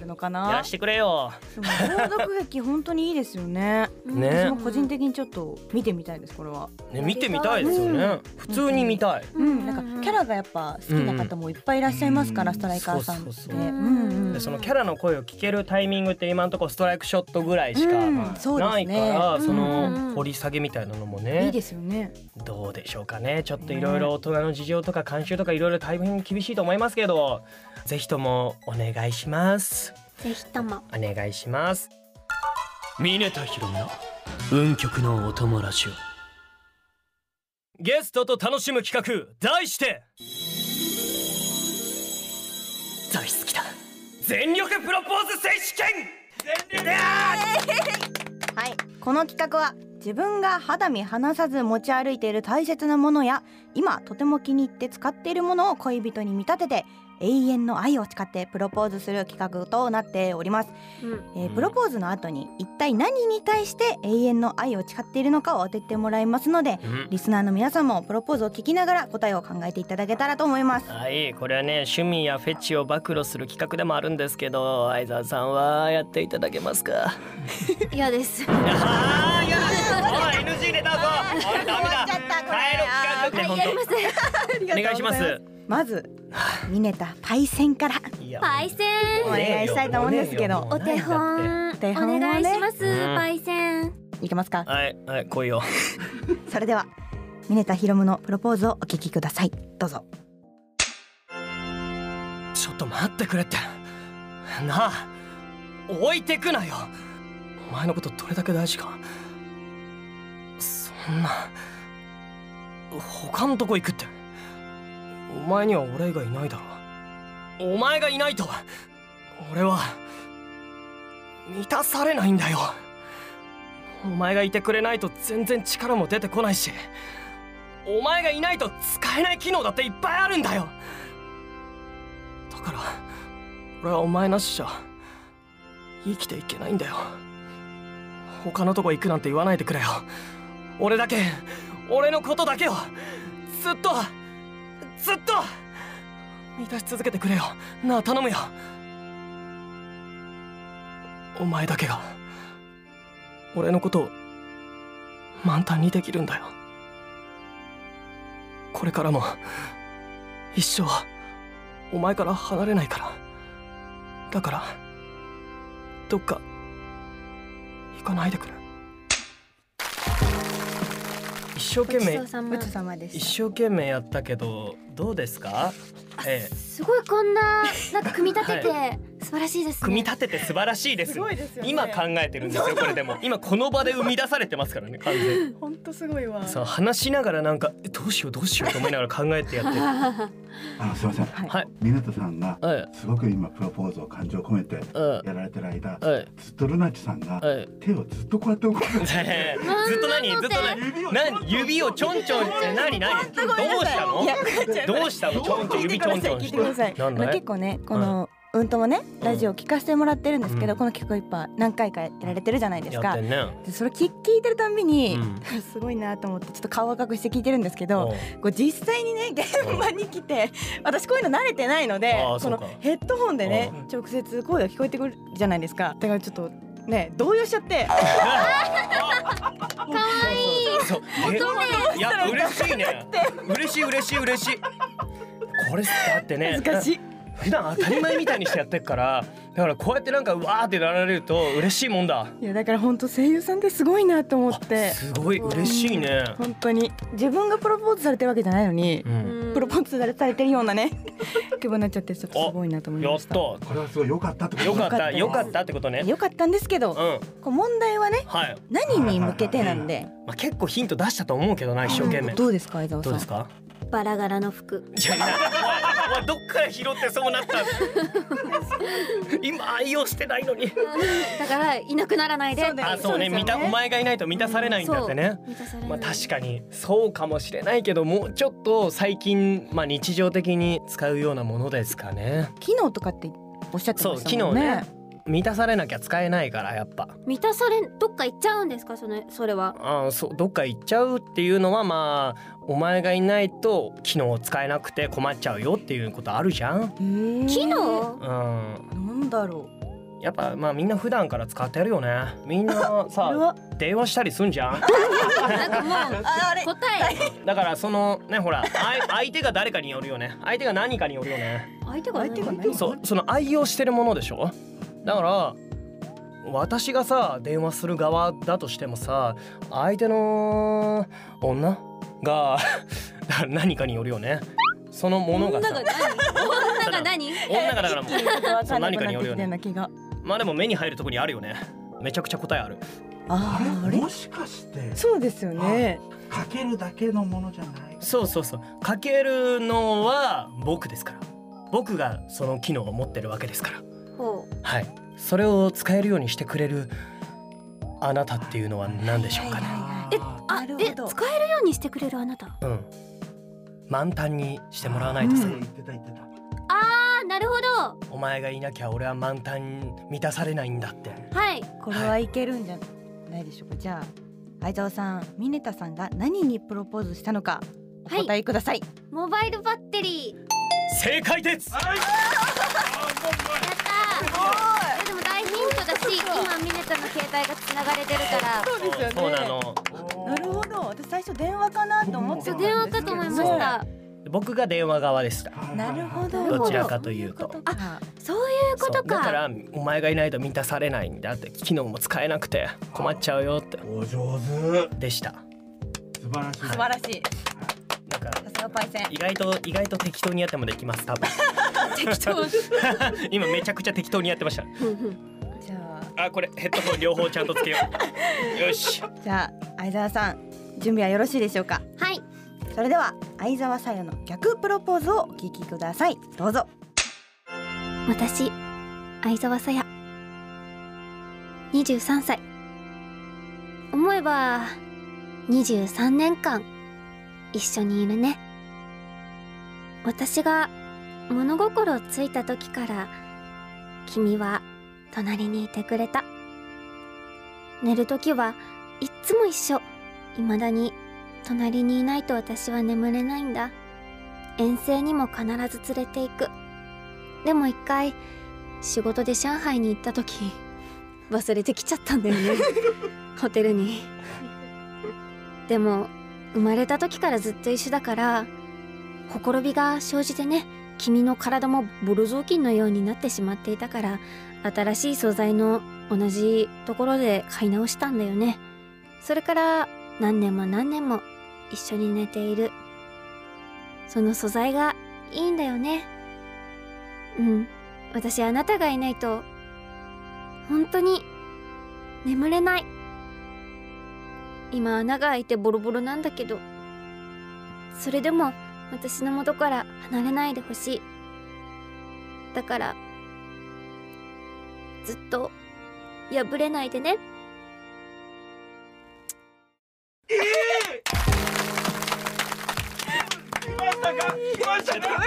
F: るのか
A: や
F: な
A: らし。てくれよ。
C: でも朗読劇本当にいいですよね。
A: ね
C: 私も個人的にちょっと見てみたいですこれは。
A: ね、見てみたいですよね。普通に見たい。
C: うん、なんかキャラがやっぱ好きな方もいっぱいいらっしゃいますから、
E: うん
C: ストライカーさんって。
A: そうそうそう
C: うん
A: でそのキ
D: ャ
A: ャラの声を聞けるタイミングって今のところストライクショットぐらいし
C: う
A: か
C: ん
A: まあ
C: そうです
A: ない
C: ね
A: から、
D: うん
A: そ
D: うんう
A: の
D: ん
A: 掘り下げみたいなのも
C: うん、いい
A: ね
C: ですよね。
A: どうでしょうかねちょっといろいろ大人の事情とか慣習とかいろいろ大変厳しいと思いますけどぜひともお願いします
D: ぜひとも
A: お願いします峰田ひろの運極のお友達をゲストと楽しむ企画題して大好きだ全力プロポーズ選手権
C: はい、この企画は自分が肌身離さず持ち歩いている大切なものや今とても気に入って使っているものを恋人に見立てて永遠の愛を誓ってプロポーズする企画となっております、
D: うん
C: えー
A: うん
C: プロポーズの後に一体何に対して永遠の愛を誓っているのかを当ててもらいますのでリスナーの皆さんもプロポーズを聞きながら答えを考えていただけたらと思 います
A: はいこれはね趣味やフェチを暴露する企画でもあるんですけど相沢さんはやっていただけますか
D: 嫌です
A: あーやだお い NG 出たぞおいダメだ
C: 終わっちゃったこ
A: 帰
C: れ
A: ろう企画って本当お願いします
C: まずミネタパイセンから
A: いや
D: パイセン
C: お願いしたいと思うんですけど
A: も
D: お
A: うねえ
D: 手
A: よもうないんだって
D: 本
C: 手
D: お
C: 本をね
D: 願いします
A: うん
D: パイセン
C: いけますか
A: はいはい来いよ
C: それではミネタヒロムのプロポーズをお聞きくださいどうぞ
A: ちょっと待ってくれってなあ置いてくなよお前のことどれだけ大事かそんな他のとこ行くってお前には俺以外いないだろお前がいないと俺は満たされないんだよお前がいてくれないと全然力も出てこないしお前がいないと使えない機能だっていっぱいあるんだよだから俺はお前なしじゃ生きていけないんだよ他のとこ行くなんて言わないでくれよ俺だけ俺のことだけをずっとずっと満たし続けてくれよなあ頼むよお前だけが俺のことを満タンにできるんだよこれからも一生お前から離れないからだからどっか行かないでくれ一生懸命
D: さま
C: うつ様です
A: 一生懸命やったけどどうですか、ええ、
D: すごいこんななんか組み立て
A: は
D: て素晴らしいですね
A: 組み立てて素晴らしいです
F: すごいですよね
A: 今考えてるんですよこれでも今この場で生み出されてますからね完全に
F: 本当すごいわ。
A: さあ話しながらなんかえどうしようどうしようと思いながら考えてやっ てる
E: あのすいません
C: はい
A: はい
E: 湊さんが
A: はい
E: すごく今プロポーズを感情を込めて
A: うん
E: やられてる間
A: はい
E: ずっとルナチさんが
A: はい
E: 手をずっとこうやって動かして
A: ねえ ずっと何ずっと何何指をちょんちょんって何何どうしたの
F: いやこれ
A: どうしたのちょんちょ
F: 聞
A: ん
F: いて
A: 指
F: く
A: ちょん
F: ださ
A: ち
F: い
A: ょん
F: 聞い
A: してて
F: ください。
A: なん
C: まあ、
A: だい
C: 結構ねこの、うんともねラジオ聞かせてもらってるんですけど、
A: うん
C: この曲いっぱい何回かやられてるじゃないです
A: やっ
C: か
A: てんね
C: でそれ聞聞いてるたんびに、
A: うん
C: すごいなと思ってちょっと顔赤くして聞いてるんですけど
A: おう
C: こう実際にね現場に来て私こういうの慣れてないので
A: あー
C: こ
A: そう
C: の
A: か
C: ヘッドホンでね直接声が聞こえてくるじゃないですかだからちょっとね動揺しちゃって
D: かわいい
A: そうえいや嬉しいね嬉しい嬉しい嬉しいこれだってね
F: 難しい
A: 普段当たり前みたいにしてやってるからだからこうやってなんかうわーってなられると嬉しいもんだ
F: いやだから本当声優さんってすごいなと思って
A: すごい嬉しいね
F: 本当に自分がプロポーズされてるわけじゃないのに
A: う、ん
F: プロポーズされてるようなね 気分になっちゃってちょっとすごいなと思い
A: や
F: ま
A: っ
F: した
A: と
E: これはすごい良かったってこと
A: よかっ
E: だ
A: た
F: です
A: よかったってことね
F: よかったんですけど、
A: うんはい
C: こう問題はね何に向けてなんで
A: まあ結構ヒント出したと思うけどな一生懸命
C: ど
A: ど
C: うですか相沢
A: うで
C: さ
A: す
C: ん
A: か
D: バラ柄の服
A: じゃあお前どっから拾ってそうな ったの今愛用してないのに
D: だからいなくならないで
F: そうだよ
A: あそうね
F: そうですよね
A: 満たお前がいないと満たされないんだってね、
D: 満たされない
A: まあ確かにそうかもしれないけどもうちょっと最近まあ日常的に使うようなものですかね
C: 機能とかっておっしゃってましたもん
A: そう
C: ね
A: 満たされなきゃ使えないからやっぱ
D: 満たされどっか行っちゃうんですかそれそれは
A: あーそうどっか行っちゃうっていうのはまあお前がいないと機能を使えなくて困っちゃうよっていうことあるじゃん
C: へー
D: 機能
A: うん
C: なんだろう
A: やっぱまあみんな普段から使ってるよねみ んな
F: これ
A: さ
F: は
A: 電話したりすんじゃん
D: なんかもう
C: あれ
D: 答え
A: だからそのねほらあい相手が誰かによるよね相手が何かによるよね
D: 相手が
F: 相手が
D: 何
F: 何
A: そうその愛用してるものでしょだから私がさ電話する側だとしてもさ相手の女が だから何かによるよねそのものが
D: 女
A: さ
D: が何女が何
A: 女がだからもう
F: わかんな
A: 何
F: く
A: かに
F: な
A: よ
F: ってき
A: るよ
F: たよう
A: ね
F: な気が
A: まあでも目に入るとこにあるよねめちゃくちゃ答えある
E: あ
C: あーあ
E: れ
C: れ
E: もしかして
F: そうですよね
E: かけるだけのものじゃない
A: そうそうそうかけるのは僕ですから僕がその機能を持ってるわけですから
D: ほう
A: はいそれを使えるようにしてくれるあなたっていうのは何でしょうかね
D: え
E: あ
D: あ
C: なるほ
D: え
C: ど
D: 使えるようにしてくれるあなた
A: うん満タンにして
E: ー
A: もらわないとさ、
E: うん言ってた言ってた
D: あなるほど
A: お前がいなきゃ俺は満タンに満たされないんだって
D: はい
C: これはいけるんじゃないでしょうかじゃあ相沢さんミネタさんが何にプロポーズしたのかお
D: はい
C: 答えください、
D: モバイルバッテリー
A: 正解です
D: やったーでも大ヒントだし今ミネタの携帯が繋がれてるから
F: そうですよね
A: そうなの
F: なるほど私最初電話かなと思って
D: ち
F: た
D: ょ
F: んですけど
D: 電話かと思いました
A: 僕が電話側でした
E: はいはいはい
C: なるほど
D: なるほど
A: どちらかというと
C: あ
D: そういう
A: そ
D: こと
A: うだ
D: か
A: からお前がいないと満たされないんだって機能も使えなくて困っちゃうよって
E: お上手
A: でした
E: 素晴らしい
C: 素晴らしい
A: だから
C: さすがパイセン
A: 意外と意外と適当にやってもできます 多分適当今めちゃくちゃ適当にやってました
D: ふんふん
C: じゃ
A: あこれヘッドホン両方ちゃんとつけようよし
C: あじゃあ相沢さん準備はよろしいでしょうか
D: はい
C: それでは相沢さやの逆プロポーズをお聞きくださいどうぞ
D: 私相沢さや23歳思えば23年間一緒にいるね私が物心ついた時から君は隣にいてくれた寝る時はいっつも一緒未だに隣にいないと私は眠れないんだ遠征にも必ず連れて行くでも一回仕事で上海に行った時忘れてきちゃったんだよねホテルにでも生まれた時からずっと一緒だからほころびが生じてね君の体もボロ雑巾のようになってしまっていたから新しい素材の同じところで買い直したんだよねそれから何年も何年も一緒に寝ているその素材がいいんだよねうん私あなたがいないと本当に眠れない今穴が開いてボロボロなんだけどそれでも私の元から離れないでほしいだからずっと破れないでね
B: 来ましたか来ましたか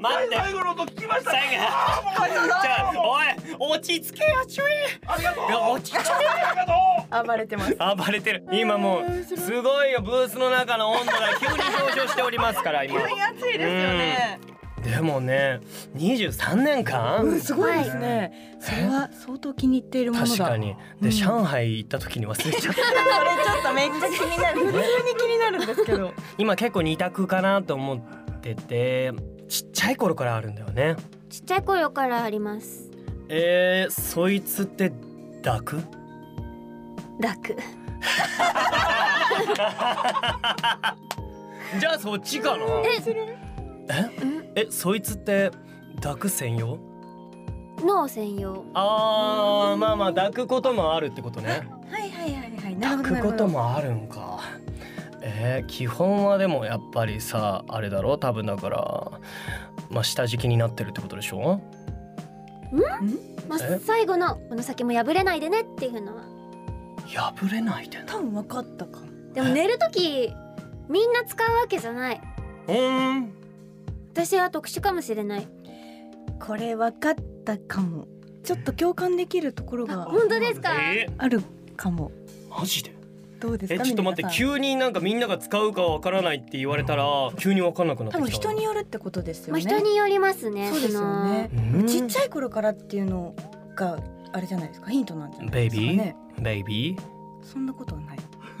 A: 待って
B: 最後の音聞きましたか
A: 最後
B: あーもう最後
A: じゃ
B: だ
A: あおい落ち着けよちょい
B: ありがとう
A: いや落ち着
B: ありがとう
F: 暴れてます
A: け暴れてる今もうす ごいよブースの中の温度が急に上昇しておりますから今
F: 急に暑いですよね
A: でもね23年間
C: すごいですね。それは相当気に入っているものだ。
A: 確かに
C: う
A: で
C: ん
A: 上海行った時に忘れちゃった
C: それちょっとめっちゃ気にな る。普通に気になるんですけど。
A: 今結構二択かなと思っててちっちゃい頃からあるんだよね
D: ちっちゃい頃からあります
A: えー、そいつって抱く
D: 楽
A: じゃあそっちかなええそいつって抱く専用
D: 脳専用
A: あーまあまあ抱くこともあるってことね
C: はいはいはいはい。なる
A: 抱
C: ほどな
A: く
C: るほ
A: こと
C: ど。
A: もあるんかえー、基本はでもやっぱりさあれだろ多分だからまあ下敷きになってるってことでしょ
D: まあ
A: え
D: 最後のこの先も破れないでねっていうのは
A: 破れないでな
C: 多分分かったかも。
D: でも寝る時みんな使うわけじゃないう
A: ーん
D: 私は特殊かもしれない
C: これ分かったかも。ちょっと共感できるところが
D: あ本当ですか
A: え
C: あるかも。
A: マジで
C: どうです
A: え
C: か。
A: ちょっと待って
C: 皆さん
A: 急になんかみんなが使うかわからないって言われたら急にわかんなくなって
C: 多
A: き
C: 分
A: た
C: 人によるってことですよ
D: まあ
C: ね。
D: 人によりますね
C: そうですよね。
A: うん
C: ちっちゃい頃からっていうのがあれじゃないですかヒントなんじゃない
A: ベイ
C: ですか
A: ビー
C: ね。
A: ベイビー
C: そんなことはない。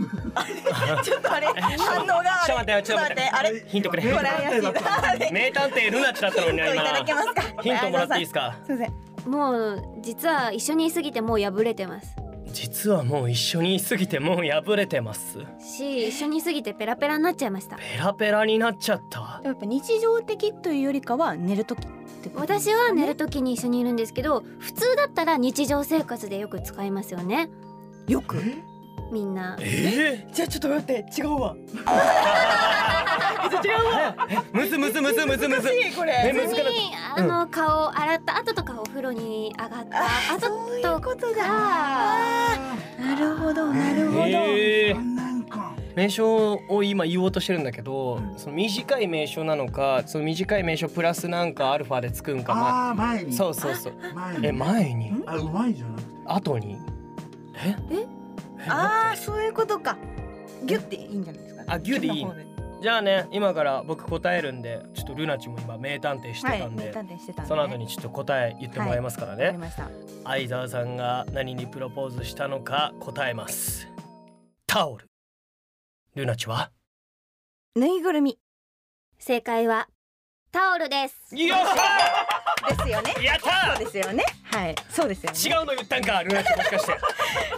C: ちょっとあれ反応があ
A: ちょっと待って
C: れ
A: ちょっと待って
C: あれ
A: ヒントくれ
C: これ怪しいな。
A: 名探偵ルナチだったのにな
C: ヒントいただけ
A: 今
C: ますか。
A: ヒントもらっていいで
C: です
A: か
C: すか。すみません。
D: もう実は一緒にいすぎてもう破れてます
A: 実はもう一緒にいすぎてもう破れてます
D: し一緒にいすぎてペラペラになっちゃいました
A: ペラペラになっちゃった
C: でもやっぱ日常的というよりかは寝る時ってことです
D: 私
C: よね
D: は寝る時に一緒にいるんですけど普通だったら日常生活でよく使いますよね
C: よく。
D: みんな
A: え
C: じゃあちょっと待って違うわ。
A: えむずむずむずむずむず
C: いこれ
A: え
D: 普
A: 難
D: 通
A: しい
D: にあの顔を洗った後とかお風呂に上がった
C: そうい
D: 後
C: う
D: と
C: ことだ。
D: か
C: なるほどなるほど。
A: えー
E: 3年間
A: 名称を今言おうとしてるんだけどその短い名称なのかその短い名称プラスなんかアルファでつくんかま
E: ああー前に
A: そうそうそう
E: 前
A: え
E: に
A: 前に
E: あうまいじゃなくて
A: 後にえ
D: え
C: ああそういうことか。ギュっていいんじゃないですか。
A: あギュッていい
C: こっちの方で
A: じゃあね今から僕答えるんでちょっとルナチも今名探偵して
C: はい
A: たんで、
C: 名探偵してたんでね。
A: その後にちょっと答え言ってもらえますからね、
C: わかりました。
A: 相沢さんが何にプロポーズしたのか答えますタオルルナチは
C: ぬいぐるみ
D: 正解はタオルです
A: よっしゃ
C: ですよね。
A: ーやっ
C: そう
A: た
C: ですよね。はい、そうですよね。
A: ー違うの言ったんかルナチもしかして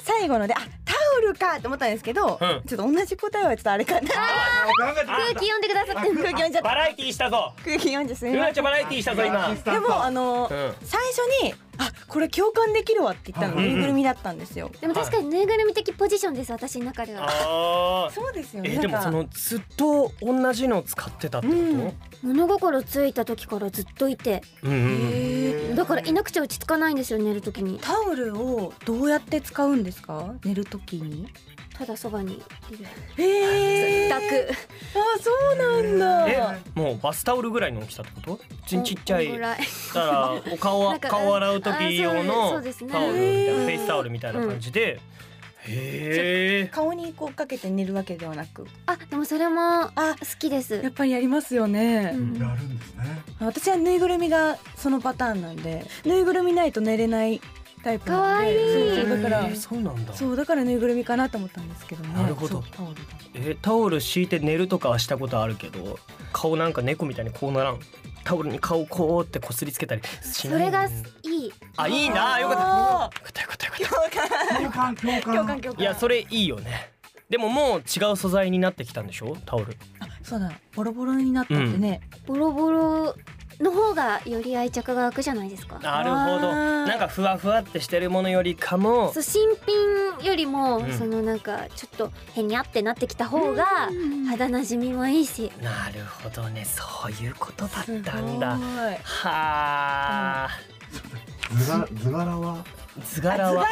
C: 最後ので、あ、タオルかと思ったんですけど、
A: うん
C: ちょっと同じ答えはちょっとあれかな。
E: 考え
D: 空気読んでくださって
C: 空気読んじゃった。
A: バラエティーしたぞ
C: 空気読んじゃすみ
A: ル
C: ま
A: ナ
C: せ
A: チ
C: ん。
A: バラエティーしたぞ今
C: でもあの
A: う
C: ー
A: ん
C: 最初にあこれ共感できるわって言ったの
E: うん
C: ぬいぐるみだったんですよ。
D: でも確かにぬいぐるみ的ポジションです私の中では
A: あー
C: そうですよね。
A: えでもそのずっと同じのを使ってたってこと、う
C: うん
A: ん、
D: 物心ついた時からずっといて
A: うんうん
D: だからいなくちゃ落ち着かないんですよ寝る時に
C: タオルをどうやって使うんですか寝るときに。
D: ただそばにいる
C: へ
D: 抱く
C: あそうなんだ
A: え。もうバスタオルぐらいの大きさってこと普通にちっちゃい
D: こんぐらい
A: だからお顔
D: な
A: は
D: んか
A: 顔洗う時用
D: あそ
A: のタオルみたいな
C: そう
D: うですね
C: ですね
A: フェイスタオルみたいな感じで、へえ
C: 顔にこうかけて寝るわけではなく、
D: あでもそれも
C: あ
D: 好きです
C: やっぱりやりますよね
D: う。ん
E: やるんですね
C: 私はぬいぐるみがそのパターンなんでぬいぐるみないと寝れないタイプなんで
D: かわいい
C: そうそうだから
A: へーそうなんだ
C: そうだからぬいぐるみかなと思ったんですけどね
A: なるほど
C: そうタオルだ
A: えタオル敷いて寝るとかはしたことあるけど顔なんか猫みたいにこうならんタオルに顔こうってこすりつけたりし
D: そ
A: ない
D: れがいい
A: あいいなよかったよか
C: あ
A: ったよかったよかった
E: 共感共
C: ー
E: 感
C: 共感共感
A: いやそれいいよねでももう違う素材になってきたんでしょタオル
C: そうだボロボロになったってね、
D: ボロボロの方がより愛着が湧くじゃないですか
A: なるほど
C: あー
A: なんかふわふわってしてるものよりかも
D: そう新品よりも、
A: うん
D: そのなんかちょっとへにゃってなってきた方が肌なじみもいいし
A: なるほどねそういうことだったんだ
C: すごい
A: はあ、
E: 図が図柄は
A: 図柄は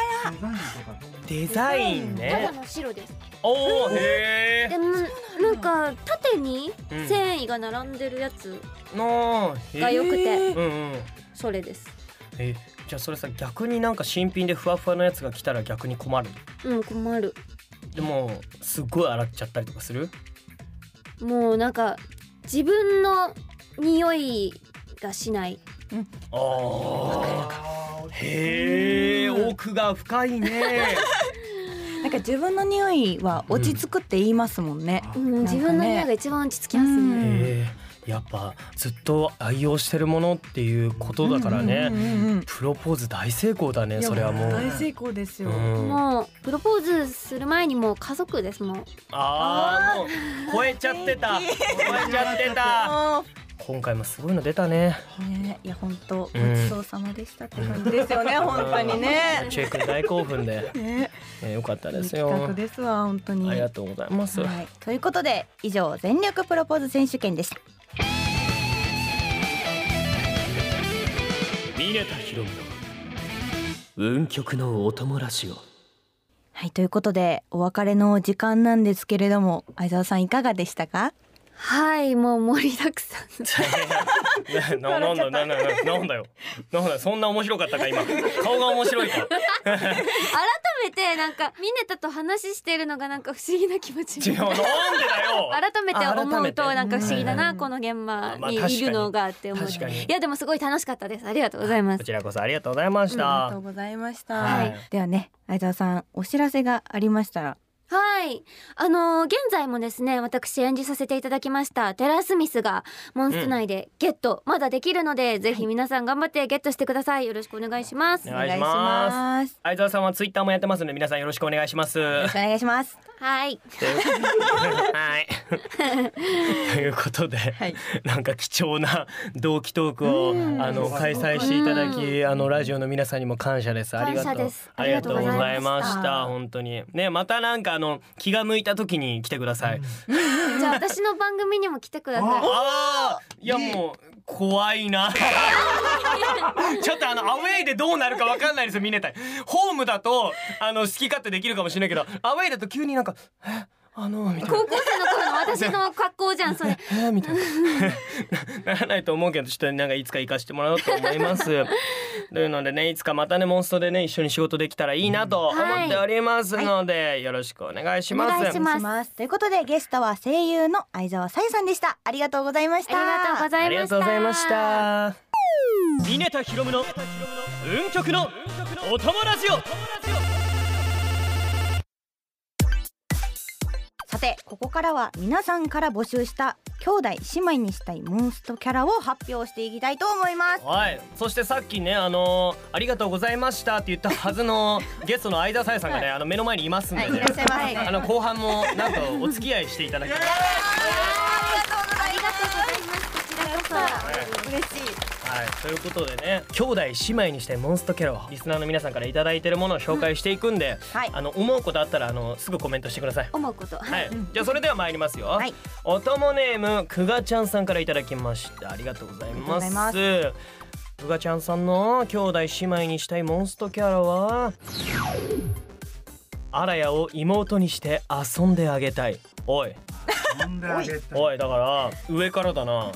E: デザインとかどう
A: デザイン
D: た
A: ね
D: だの白です
A: おおへ
D: で
A: え
D: もなんか縦に
A: うん
D: 繊維が並んでるやつ
A: の
D: が良くて
C: え
A: うんうん
D: それです
A: えじゃあそれさ逆になんか新品でふわふわのやつが来たら逆に困る
D: うん困る
A: でもすっごい洗っちゃったりとかする
D: もうなんか自分の匂いがしない
A: ああへえ奥が深いね
F: なんか自分の匂いは落ち着くって言いますもんね。
D: うん、
F: なんか
D: 自
F: ね
D: 分の匂いが一番落ち着きますね、
F: うん
A: へえやっぱずっと愛用してるものっていうことだからね、
F: うんうんうんうん
A: プロポーズ大成功だねそれはもう。
F: 大成功ですよ。
A: うん
D: もうプロポーズする前にもう家族ですもん
A: ああもう超えちゃってた超えちゃってた
F: あ
A: 今回もすごいの出たね
F: ーね、いや本当ごち
A: うん
F: そうさまでしたって感じですよね、本当にね。
A: チェック大興奮で、
F: ね、
A: ね、よかった
F: い
A: で
F: い
A: す
F: 企
A: よ
F: 画ですわ本当に。
A: ありがとうございます、
F: はい、
C: ということで以上全力プロポーズ選手権でした
A: ミネタヒロミの運極のお友ラジオ
C: はいということでお別れの時間なんですけれども相沢さんいかがでしたか
D: はいもう盛りだくさ ん
A: ななんだなんだなんだよなんだよそんな面白かったか今顔が面白いか
D: 改めてなんかミネタと話してるのがなんか不思議な気持ち
A: 違うなんでだよ
D: 改めて思うと
A: 改めて
D: なんか不思議だな、
A: うん
D: この現場
A: まあ
D: に
A: 確かに
D: いるのがって思っ
A: 確かに
D: ていやでもすごい楽しかったですありがとうございま
A: こ
D: す
A: ちらこそありがとうございまし
F: ありがと
A: た
F: う、ございました。
A: はい
C: ではね相沢さんお知らせがありましたら
D: はいあのー現在もですね私演じさせていただきましたテラスミスがモンスト内でゲット、まだできるのでぜひ皆さん頑張ってゲットしてくださいよろしくお願いします
A: お願いします
C: お願いし
A: 相沢さんはツイッターもやってますので皆さんよろしくお願いします
C: よろしくお願いします
D: はい
A: はい。ということで、
C: い
A: なんか貴重な同期トークをあの開催していただき、あのラジオの皆さんにも感謝です。ありがと
D: 感謝
A: う
D: です。
A: ありがとうございま
D: ありがとう
A: し
D: ございま
A: た。本当にね、またなんかあの気が向いた時に来てください。
D: じゃあ私の番組にも来 てください
A: ああ、いやもう怖いな。 ちょっとあのアウェイでどうなるかわかんないですよ、ミネタイ。ホームだとあの好き勝手できるかもしれないけど、アウェイだと急になんかえあのみたいな。
D: 高校生の頃の私の格好じゃんそれ
A: えーみたいなならないと思うけどちょっとなんかいつか行かしてもらおうと思いますというのでねいつかまたねモンストでね一緒に仕事できたらいいなと思
D: はい
A: っておりますので、よろしくお願いし ます
D: お願いし
C: しますということでゲストは声優の相沢さゆさんでしたありがとうございまし
D: あ
C: た
D: りがとうご ざ
A: あ
D: い
A: り
D: ま
A: がと
D: した
A: うございました稲田ひろむの運極のお友ラジオ
C: さてここからは皆さんから募集した兄弟姉妹にしたいモンストキャラを発表していきたいと思います
A: はいそしてさっきねあのーありがとうございましたって言ったはずのゲストの相田さやさんがねあの目の前にいますんで
C: はいい
A: ね
C: らっしゃいますね
A: あの後半もなんとお付き合いしていただきます
D: ありがとうございますこちらこそ
A: はい、ということでね兄弟姉妹にしたいモンストキャラをリスナーの皆さんから頂いただいてるものを紹介していくんで、
C: はい
A: あの思うことあったらあのすぐコメントしてください。
D: 思うこと
A: はい、じゃあそれでは参りますよ。
C: はい
A: おともネームくがちゃんさんからいただきました。ありがとうございま
C: あ
A: す
C: りがと。
A: くがちゃんさんの兄弟姉妹にしたいモンストキャラは。あらやを妹にして遊んであげたい。おい、
E: 飲んであげたい
A: おい、だから、上からだ な。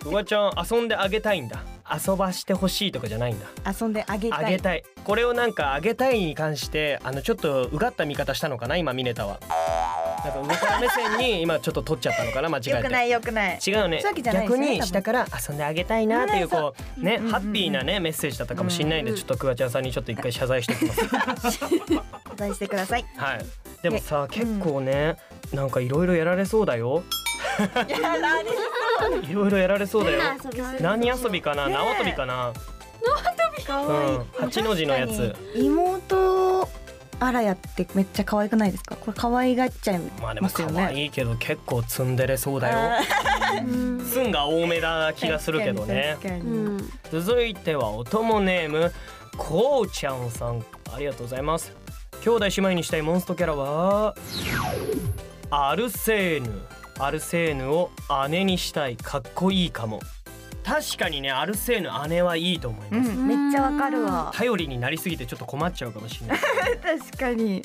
A: くがちゃん、遊んであげたいんだ。遊ばしてほしいとかじゃないんだ。
F: 遊んであげた
A: あ
F: い。
A: げたい。これをなんかあげたいに関して、あのちょっとうがった見方したのかな、今ミネタは。なんか上から目線に、今ちょっと取っちゃったのかな、間違え
F: よくな
A: て。
F: いよくない。
A: 違う
F: そう
A: ね
F: いうわけじゃないです
A: 逆
F: よね
A: に
F: 多分
A: 下から遊んであげたいなっていうこうね
F: うんうん
A: ハッピーなねメッセージだったかもしれないんで
D: うん
A: ちょっとくわちゃんさんにちょっと一回謝罪してきます
F: お題してく ださい。
A: はいでもさ結構ねなんかいろいろやられそうだよいろいろやられそうだよ
D: 変な遊びする
A: 何遊びかな
F: ねえ
A: 縄跳びかな
F: 可愛い。
A: うん八の字のやつ
F: 確かに妹あらやってめっちゃ可愛くないですかこれ可愛がっちゃい
A: まあでも
F: ます
A: 可
F: よね、
A: 愛いけど結構ツンデレそうだ
F: あ
A: よ
D: う ん
A: ツンが多めな気がするけどね
F: 確かに
D: う
F: 確かに
D: ん
A: 続いてはおともネームこうちゃんさんありがとうございます兄弟姉妹にしたいモンストキャラはアルセーヌアルセーヌを姉にしたいかっこいいかも確かにねアルセーヌ姉はいいと思います、
F: うんめっちゃわかるわ
A: 頼りになりすぎてちょっと困っちゃうかもしれない
F: 確かに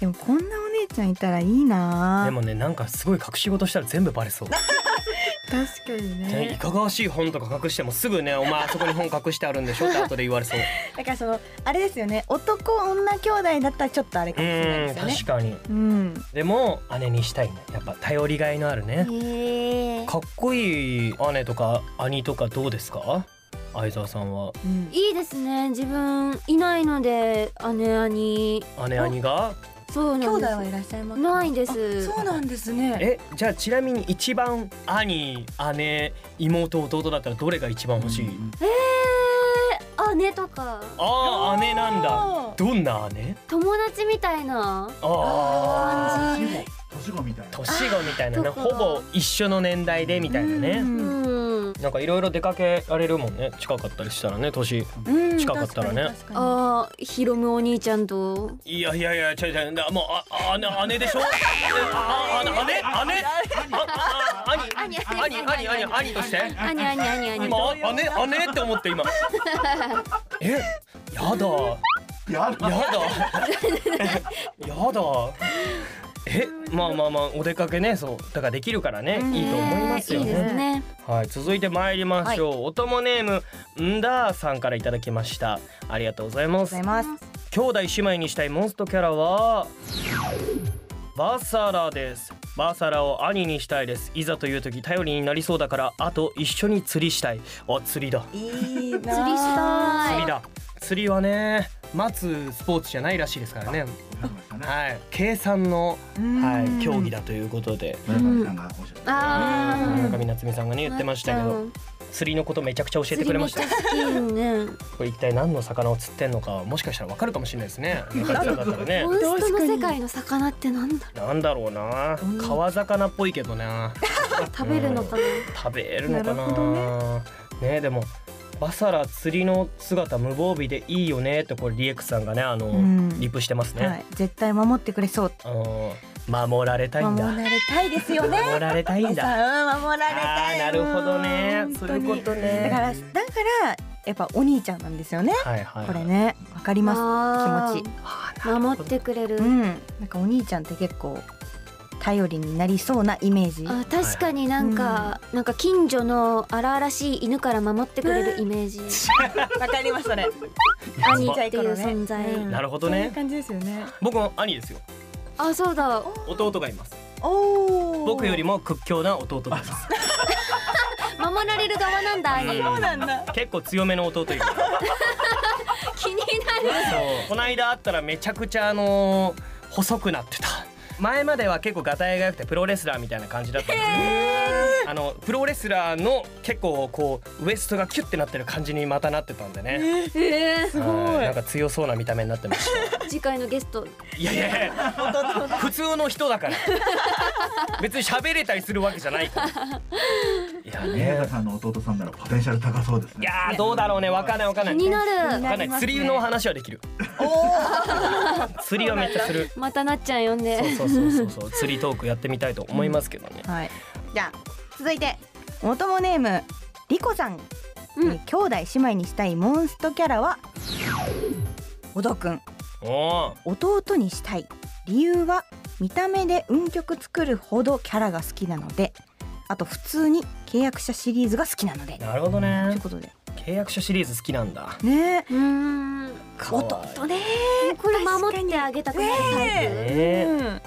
F: でもこんなお姉ちゃんいたらいいな
A: でもねなんかすごい隠し事したら全部バレそう
F: 確かに
A: ねいかがわしい本とか隠してもすぐねお前あそこに本隠してあるんでしょって後で言われそう
F: だからそのあれですよね男女兄弟だったらちょっとあれか
A: う
F: もしれない
A: ん
F: ですよね
A: 確かに
F: うん
A: でも姉にしたいねやっぱ頼りがいのあるね
D: へえ
A: かっこいい姉とか兄とかどうですか相沢さんは
F: うん
D: いいですね自分いないので姉兄
A: 姉兄が
D: そう
F: 兄
D: なん
F: 弟
D: です
F: はいらっしゃいますか
D: ないです
F: あそうなんですね
A: えじゃあちなみに一番兄姉妹弟だったらどれが一番欲しい、
D: えー、姉とか
A: ああ姉なんだどんな姉
D: 友達みたいな
A: ああ
D: 感
E: 年
D: じ
E: 子年子みたいな
A: 年子みたいなね
D: あとか
A: ほぼ一緒の年代でみたいなね
D: うんん
A: なんかいろいろ出かけられるもんね近かったりしたらね年
F: うん
A: 近かったら
F: 確か
A: ね
F: に確か
D: あーひろむお兄ちゃんと
A: いやいやいや違う違うもうああ姉姉でしょああ姉姉姉ああ兄
D: 兄
A: 兄兄兄兄として
D: 兄兄兄兄
A: 今あ姉姉って思って今えやだ
E: や
A: やだ。やだ。え、まあまあまあお出かけね、そうだからできるからね、いいと思いますよ
D: いい
A: ね。
D: ですね
A: はい、続いて参りましょう。おともネームんだーさんからいただきました。ありがとうございま
C: ご
A: す
C: ざい。ます
A: 兄弟姉妹にしたいモンストキャラはバサラですバサラを兄にしたいですいざという時頼りになりそうだからあと一緒に釣りしたいあ釣りだ
F: にいいな
D: 釣りしたい
A: 釣りだ釣りはね待つスポーツじゃないらしいですからねはい、計算の、はい、競技だということで。
E: 村上さんがおっしゃってた
D: あー
A: 村上夏美さんがね言ってましたけど釣りのことめちゃくちゃ教えてくれました
D: 釣りめっちゃ好きね
A: これ一体何の魚を釣ってんのかもしかしたらわかるかもしれないですね中田さんだったらね
D: モンストの世界の魚ってなんだ
A: なんだろうな
F: うん
A: 川魚っぽいけどな
D: 食べるのかな
A: 食べるのかな
F: なるほど
A: ねでもバサラ釣りの姿無防備でいいよねってこれ DX さんがねあの、
C: ん
A: リプしてます
C: は
A: ね、
C: い絶対守ってくれそう
A: あの守られたいん
F: 守
A: だ
F: られたいですよね
A: 守られたいんだ
F: さあ守られたい
A: あーなるほどね
F: 本当
A: そういう
F: に
A: こと
F: だか
A: ね
C: だかららだからやっぱお兄ちゃんなんですよね
A: はいはい、
C: これ ねわかりま
D: あ
C: 気持ち
D: ー守ってくれる
C: すうんなんかお兄ちゃんって結構頼りになりそうなイメージ
D: あ確かになんか、なんか近所の荒々しい犬から守ってくれるイメージ、
F: わかりますそ れ
D: 兄っていう存在、
F: うん
A: なるほど
F: そうい
A: ね
F: う感じですよね
A: 僕も兄ですよ
D: あそうだ
A: 弟がいます
F: おお
A: 僕よりも屈強な弟がいます
D: 守られる側なんだ兄
F: そう なんだ
A: 結構強めの弟いる
D: 気になる
A: そうこの間会ったらめちゃくちゃあのー細くなってた前までは結構ガタイが良くてプロレスラーみたいな感じだったんですけどあのプロレスラーの結構こうウエストがキュッてなってる感じにまたなってたんでね、
D: え
F: すごい
A: はいなんか強そうな見た目になってました
D: ー次回のゲスト
A: いやいやいや普通の人だから別に喋れたりするわけじゃないからいや
E: 宮田
A: ね
E: さんの弟さんならポテンシャル高そうです
A: い
E: ね
A: やーどうだろうねわかんないわかんな
D: 気
A: い
D: に
A: わ
D: なる
A: かんない釣りの話はできる釣りはめっちゃする
D: またなっちゃん呼んで
A: そうそうそうそう釣りトークやってみたいと思いますけどね
C: はいじゃあ続いておともネームリコさん、
D: うん
C: えー兄弟姉妹にしたいモンストキャラはおどくん
A: お
C: 弟にしたい理由は見た目で運曲作るほどキャラが好きなのであと普通に契約者シリーズが好きなので
A: ーなるほど
C: という
A: ね
C: ことで
A: 契約書シリーズ好きなんだ
C: ね
D: うーん
A: 弟ね
D: これ守ってあげたくなるタイプ、
A: え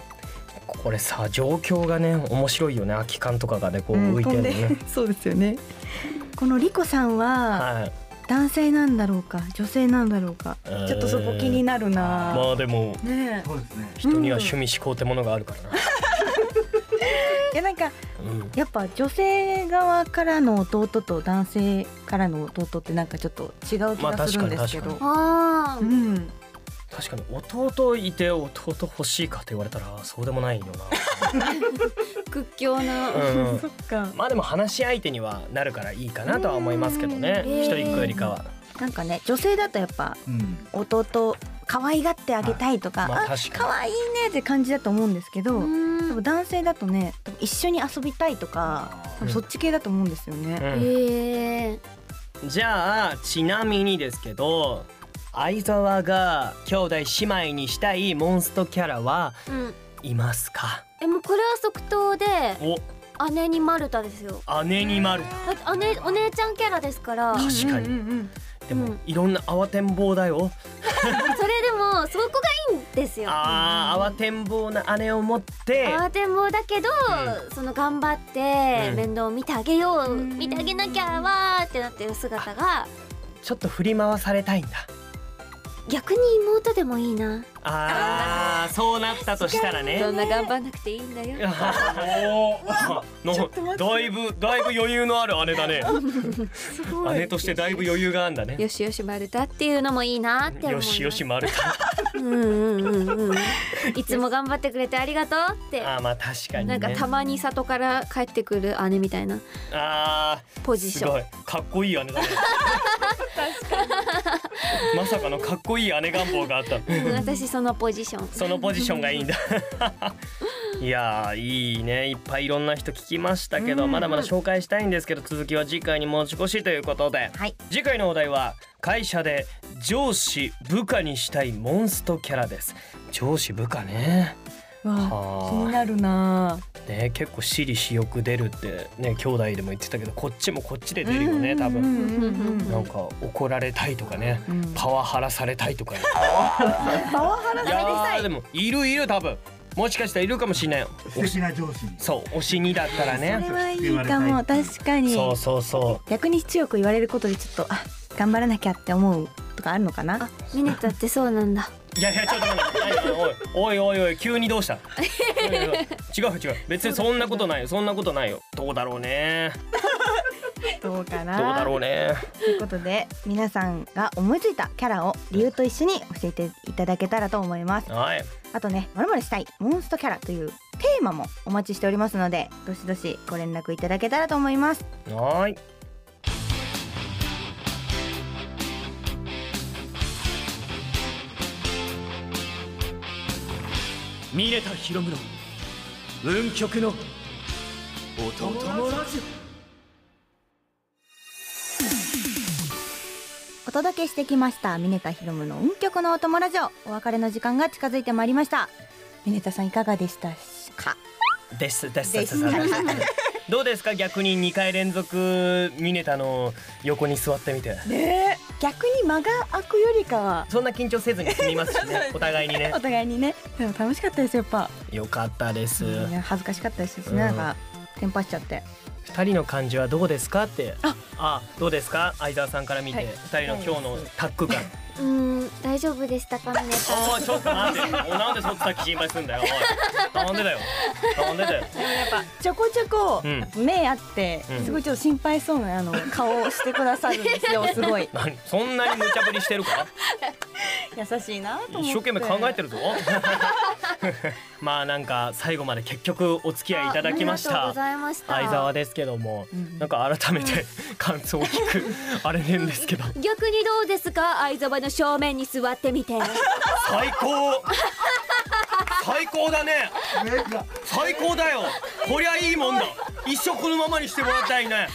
A: これさ状況がね面白いよね空き缶とかがねこう浮いてるのね
C: そうですよねこのリコさんは
A: はい
C: 男性なんだろうか女性なんだろうか
F: ちょっとそこ気に
A: な
F: なるな、
A: まあでも
F: ね
E: そうですね
A: 人には趣味思考ってものがあるからな
F: えいやなんか
A: うん
C: やっぱ女性側からの弟と男性からの弟ってなんかちょっと違う気
A: まあ
C: がするんですけ
A: 確かに確か
C: ど、
A: に
D: あー
F: うん
A: 確かに弟いて弟欲しいかって言われたらそうでもないよ
D: 屈強な、
A: な、 うん
F: そっか
A: まあでも話し相手にはなるからいいかなとは思いますけどね
D: うん
A: 一人っ子よりかは、
C: なんかね女性だとやっぱ
E: うん
C: 弟可愛がってあげたいとか、
A: まあ
C: あ
A: 確か
C: 可愛いねって感じだと思うんですけど、多
D: う
C: 分
D: ん
C: 男性だとね多分一緒に遊びたいとか、多分そっち系だと思うんですよね。
A: に、
D: えー、
A: うんじゃあちなみにですけど相沢が兄弟姉妹にしたいモンストキャラは
D: うん
A: いますか
D: えもうこれは即答で
A: お
D: 姉にマルタですよ
A: 姉にマルタ
D: だって姉お姉ちゃんキャラですからそれ
A: 確かに、
F: うんうん
A: で
D: う
A: も
D: ん
A: いろんな慌てんぼうだよ
D: でもそこがいいんですよ
A: あー慌てんぼうな姉を持って
D: 慌てんぼうだけど、その頑張って
A: うん
D: 面倒を見てあげよう、
F: うん
D: 見てあげなきゃわーってなってる姿が
A: ちょっと振り回されたいんだ
D: 逆に妹でもいいな
A: あーそうなったとしたらね
D: そんな頑張んなくていいんだよ
A: おおだいぶだいぶ余裕のある姉だね
D: すご
A: 姉としてだいぶ余裕があんだね
D: よしよし丸太っていうのもいいなって思い
A: よ
D: ます
A: しよし丸太
D: うんうんうんうんいつも頑張ってくれてありがとうって
A: あーまあ確かにね
D: なんかたまに里から帰ってくる姉みたいな
A: あ
D: ポ
A: ー
D: ジシ
A: す
D: ョ
A: ご
D: ン
A: いかっこいい姉だねまさかのかっこいい姉願望があった
D: うん私そのポジション
A: そのポジションがいいん だいやーいいねいっぱいいろんな人聞きましたけど、まだまだ紹介したいんですけど続きは次回に持ち越しということで、
C: はい
A: 次回のお題は会社で上司部下にしたいモンストキャラです上司部下ね
F: うんわあ気に
A: は
F: なるな
A: あね結構私利私欲出るってね兄弟でも言ってたけどこっちもこっちで出るよね多
F: う
A: 分
F: んうんうんうん
A: なんか怒られたいとかね
F: うん
A: パワハラされたいとかね
C: パワハラ
A: いやーでもいるいる多分もしかしたらいるかもしれない
E: 素敵な上司に
A: そう推しにだったら
F: そ
A: ね
F: れはいいかも確かに
A: そうそうそ
C: 逆に強く言われることでちょっとあ頑張らなきゃって思うとかあるのかな
D: あミネタってそうなんだ
A: ういやいやちょっと待っておいおいおいおい急にどうしたおいおいおい違う違う別にそんなことないよそんなことないよどうだろうね
C: どうか
A: ど
C: な
A: うだろうね
C: ということで皆さんが思いついたキャラを理由と一緒に教えていただけたらと思います
A: はい
C: あとね「まるしたいモンストキャラ」というテーマもお待ちしておりますのでどしどしご連絡いただけたらと思います
A: はーい
G: ミネタヒロムの文曲のおともラジオ
C: お届けしてきましたミネタヒロムの運極のお友ラジオお別れの時間が近づいてまいりましたミネタさんいかがでしたか
A: ですです
C: で
A: ですすどうですか逆に2回連続ミネタの横に座ってみて
F: ね逆に間が空くよりかは
A: そんな緊張せずに済みますし ねお互いにね
F: お互いにねでも楽しかったですやっぱ
A: よかったです
C: いや恥ずかしかったですし
A: うん
C: なんかテンパしちゃって
A: 二人の感じはどうですかってあどうですか相沢さんから見
F: は
A: て
F: い
A: 二、人の今日のタッグ感
D: うーん大丈夫でしたかミネ
A: お
D: タ
A: いちょっと待っておいなんでそっちさっき心配すんだよおいなんでだよなんでだよ
F: ちょこちょこ
A: う
F: 目あって、
A: うん
F: すごいちょっと心配そうなあの顔をしてくださるんですよすごい
A: 何そんなに無茶ぶりしてるか
F: 優しいなと思って
A: 一生懸命考え てるぞまあなんか最後まで結局お付き合いいただきまし
D: ありがとうご
A: た
D: ざいました
A: 相沢ですけども、なんか改めて感想を聞くあれなんですけど
D: 逆にどうですか相沢の正面に座っ てみて
A: 最高最高だね最高だよこりゃいいもんだ一生このままにしてもらいたいね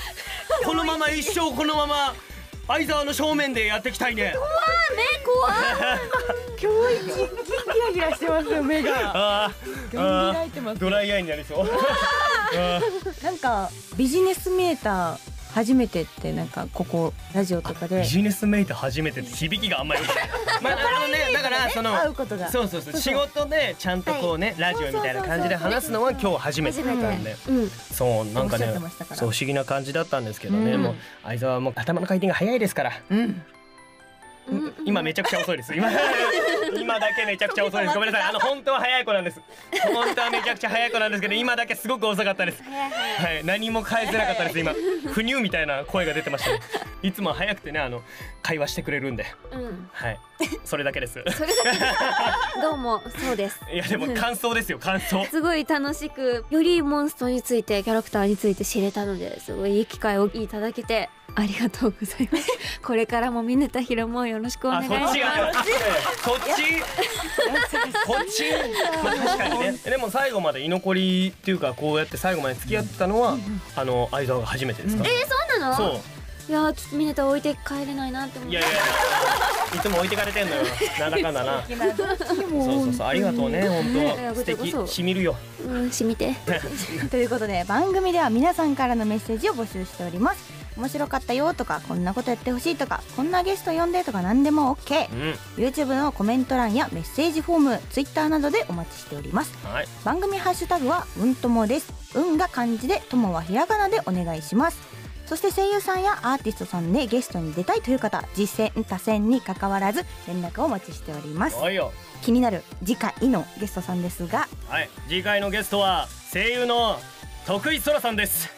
A: このまま一生このまま相沢の正面でやっていきたいね
D: 目怖い
F: 今日一日ギラギラしてますよ目が
A: あー
F: ガン
A: あ
F: 開いてま
A: ー
F: す
A: ドライアイになりそう
F: なんかビジネスメーター初めてってなんかここラジオとかで
A: ビジネスメイト初めてって響きがあんまり良くないまああのねだからその
F: 会うことが
A: そうそうそう仕事でちゃんとこうねラジオみたいな感じで話すのは今日初めてだったんで
D: うん
A: そうなんか
F: おっしゃ
A: ね
F: ってましたから
A: そう不思議な感じだったんですけどね、
F: うん
A: もう相沢はもう頭の回転が早いですから
F: うん
D: うん
A: 今めちゃくちゃ遅いです 今今だけめちゃくちゃ遅いですごめんなさいあの本当は早い子なんです本当はめちゃくちゃ早い子なんですけど今だけすごく遅かったですはい何も返せなかったです今不乳みたいな声が出てましたねいつも早くてねあの会話してくれるんで
D: うん
A: はいそれだけです
D: どうもそうです
A: いやでも感想ですよ感想
D: すごい楽しくよりモンストについてキャラクターについて知れたのですごいいい機会をいただけてありがとうございます これからもミネタヒロもよろしくお願
A: あ
D: いし
A: そっ
D: ま
A: ち
D: す
A: がそっちこっちまあ確かにねでも最後まで居残りっていうかこうやって最後まで付き合ってたのはあの相沢が初めてですか
D: えーそうなの
A: そう
D: いやーちょっとミネタ置いて帰れないなって思っ
A: い
D: て
A: やいやいつも置いてかれてんのよなんだかんだなそうそうそうありがとうね
D: いや
A: 本当素
D: こちらこそ
A: 敵しみるよ
D: うんしみて
C: ということで番組では皆さんからのメッセージを募集しております面白かったよとかこんなことやってほしいとかこんなゲスト呼んでとか何でも OK
A: う、ん
C: YouTube のコメント欄やメッセージフォーム Twitter などでお待ちしております
A: はい
C: 番組ハッシュタグは「うんとも」です「うん」が漢字で「とも」はひらがなでお願いしますそして声優さんやアーティストさんでゲストに出たいという方実践多戦に関わらず連絡をお待ちしております
A: はいよ
C: 気になる次回のゲストさんですが
A: はい次回のゲストは声優の徳井空さんです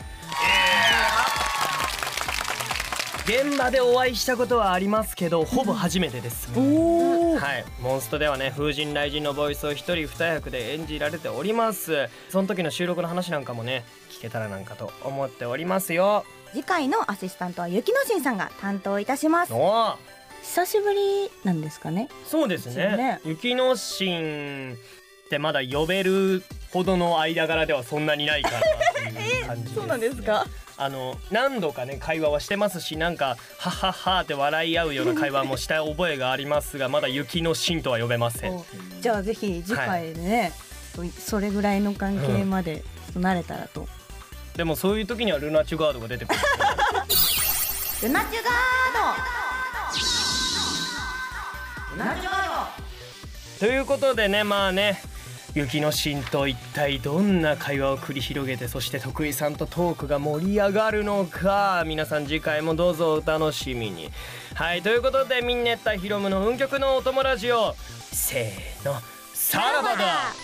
A: 現場でお会いしたことはありますけどほぼ初めてです、はい、モンストではね風神雷神のボイスを一人二役で演じられておりますその時の収録の話なんかもね聞けたらなんかと思っておりますよ
C: 次回のアシスタントは雪のしんさんが担当いたします
A: おー
F: 久しぶりなんですかね
A: そうです
F: ですよ
A: ね
F: ね
A: 雪の神ってまだ呼べるほどの間柄ではそんなにないかなっていう感じ です、ねあの何度かね会話はしてますしなんか「はっはっは」って笑い合うような会話もした覚えがありますがまだ雪の神とは呼べません。
F: じゃあぜひ次回でね、それぐらいの関係まで慣れたらと、
A: でもそういう時にはルナチュガードが出てくる。
C: ルナチュガードルナチュガー
A: と
C: ド
A: いうことでねまあね雪の神と一体どんな会話を繰り広げてそして徳井さんとトークが盛り上がるのか皆さん次回もどうぞお楽しみにはいということでミンネッタヒロムの運極のお友ラジオせーのさらばだ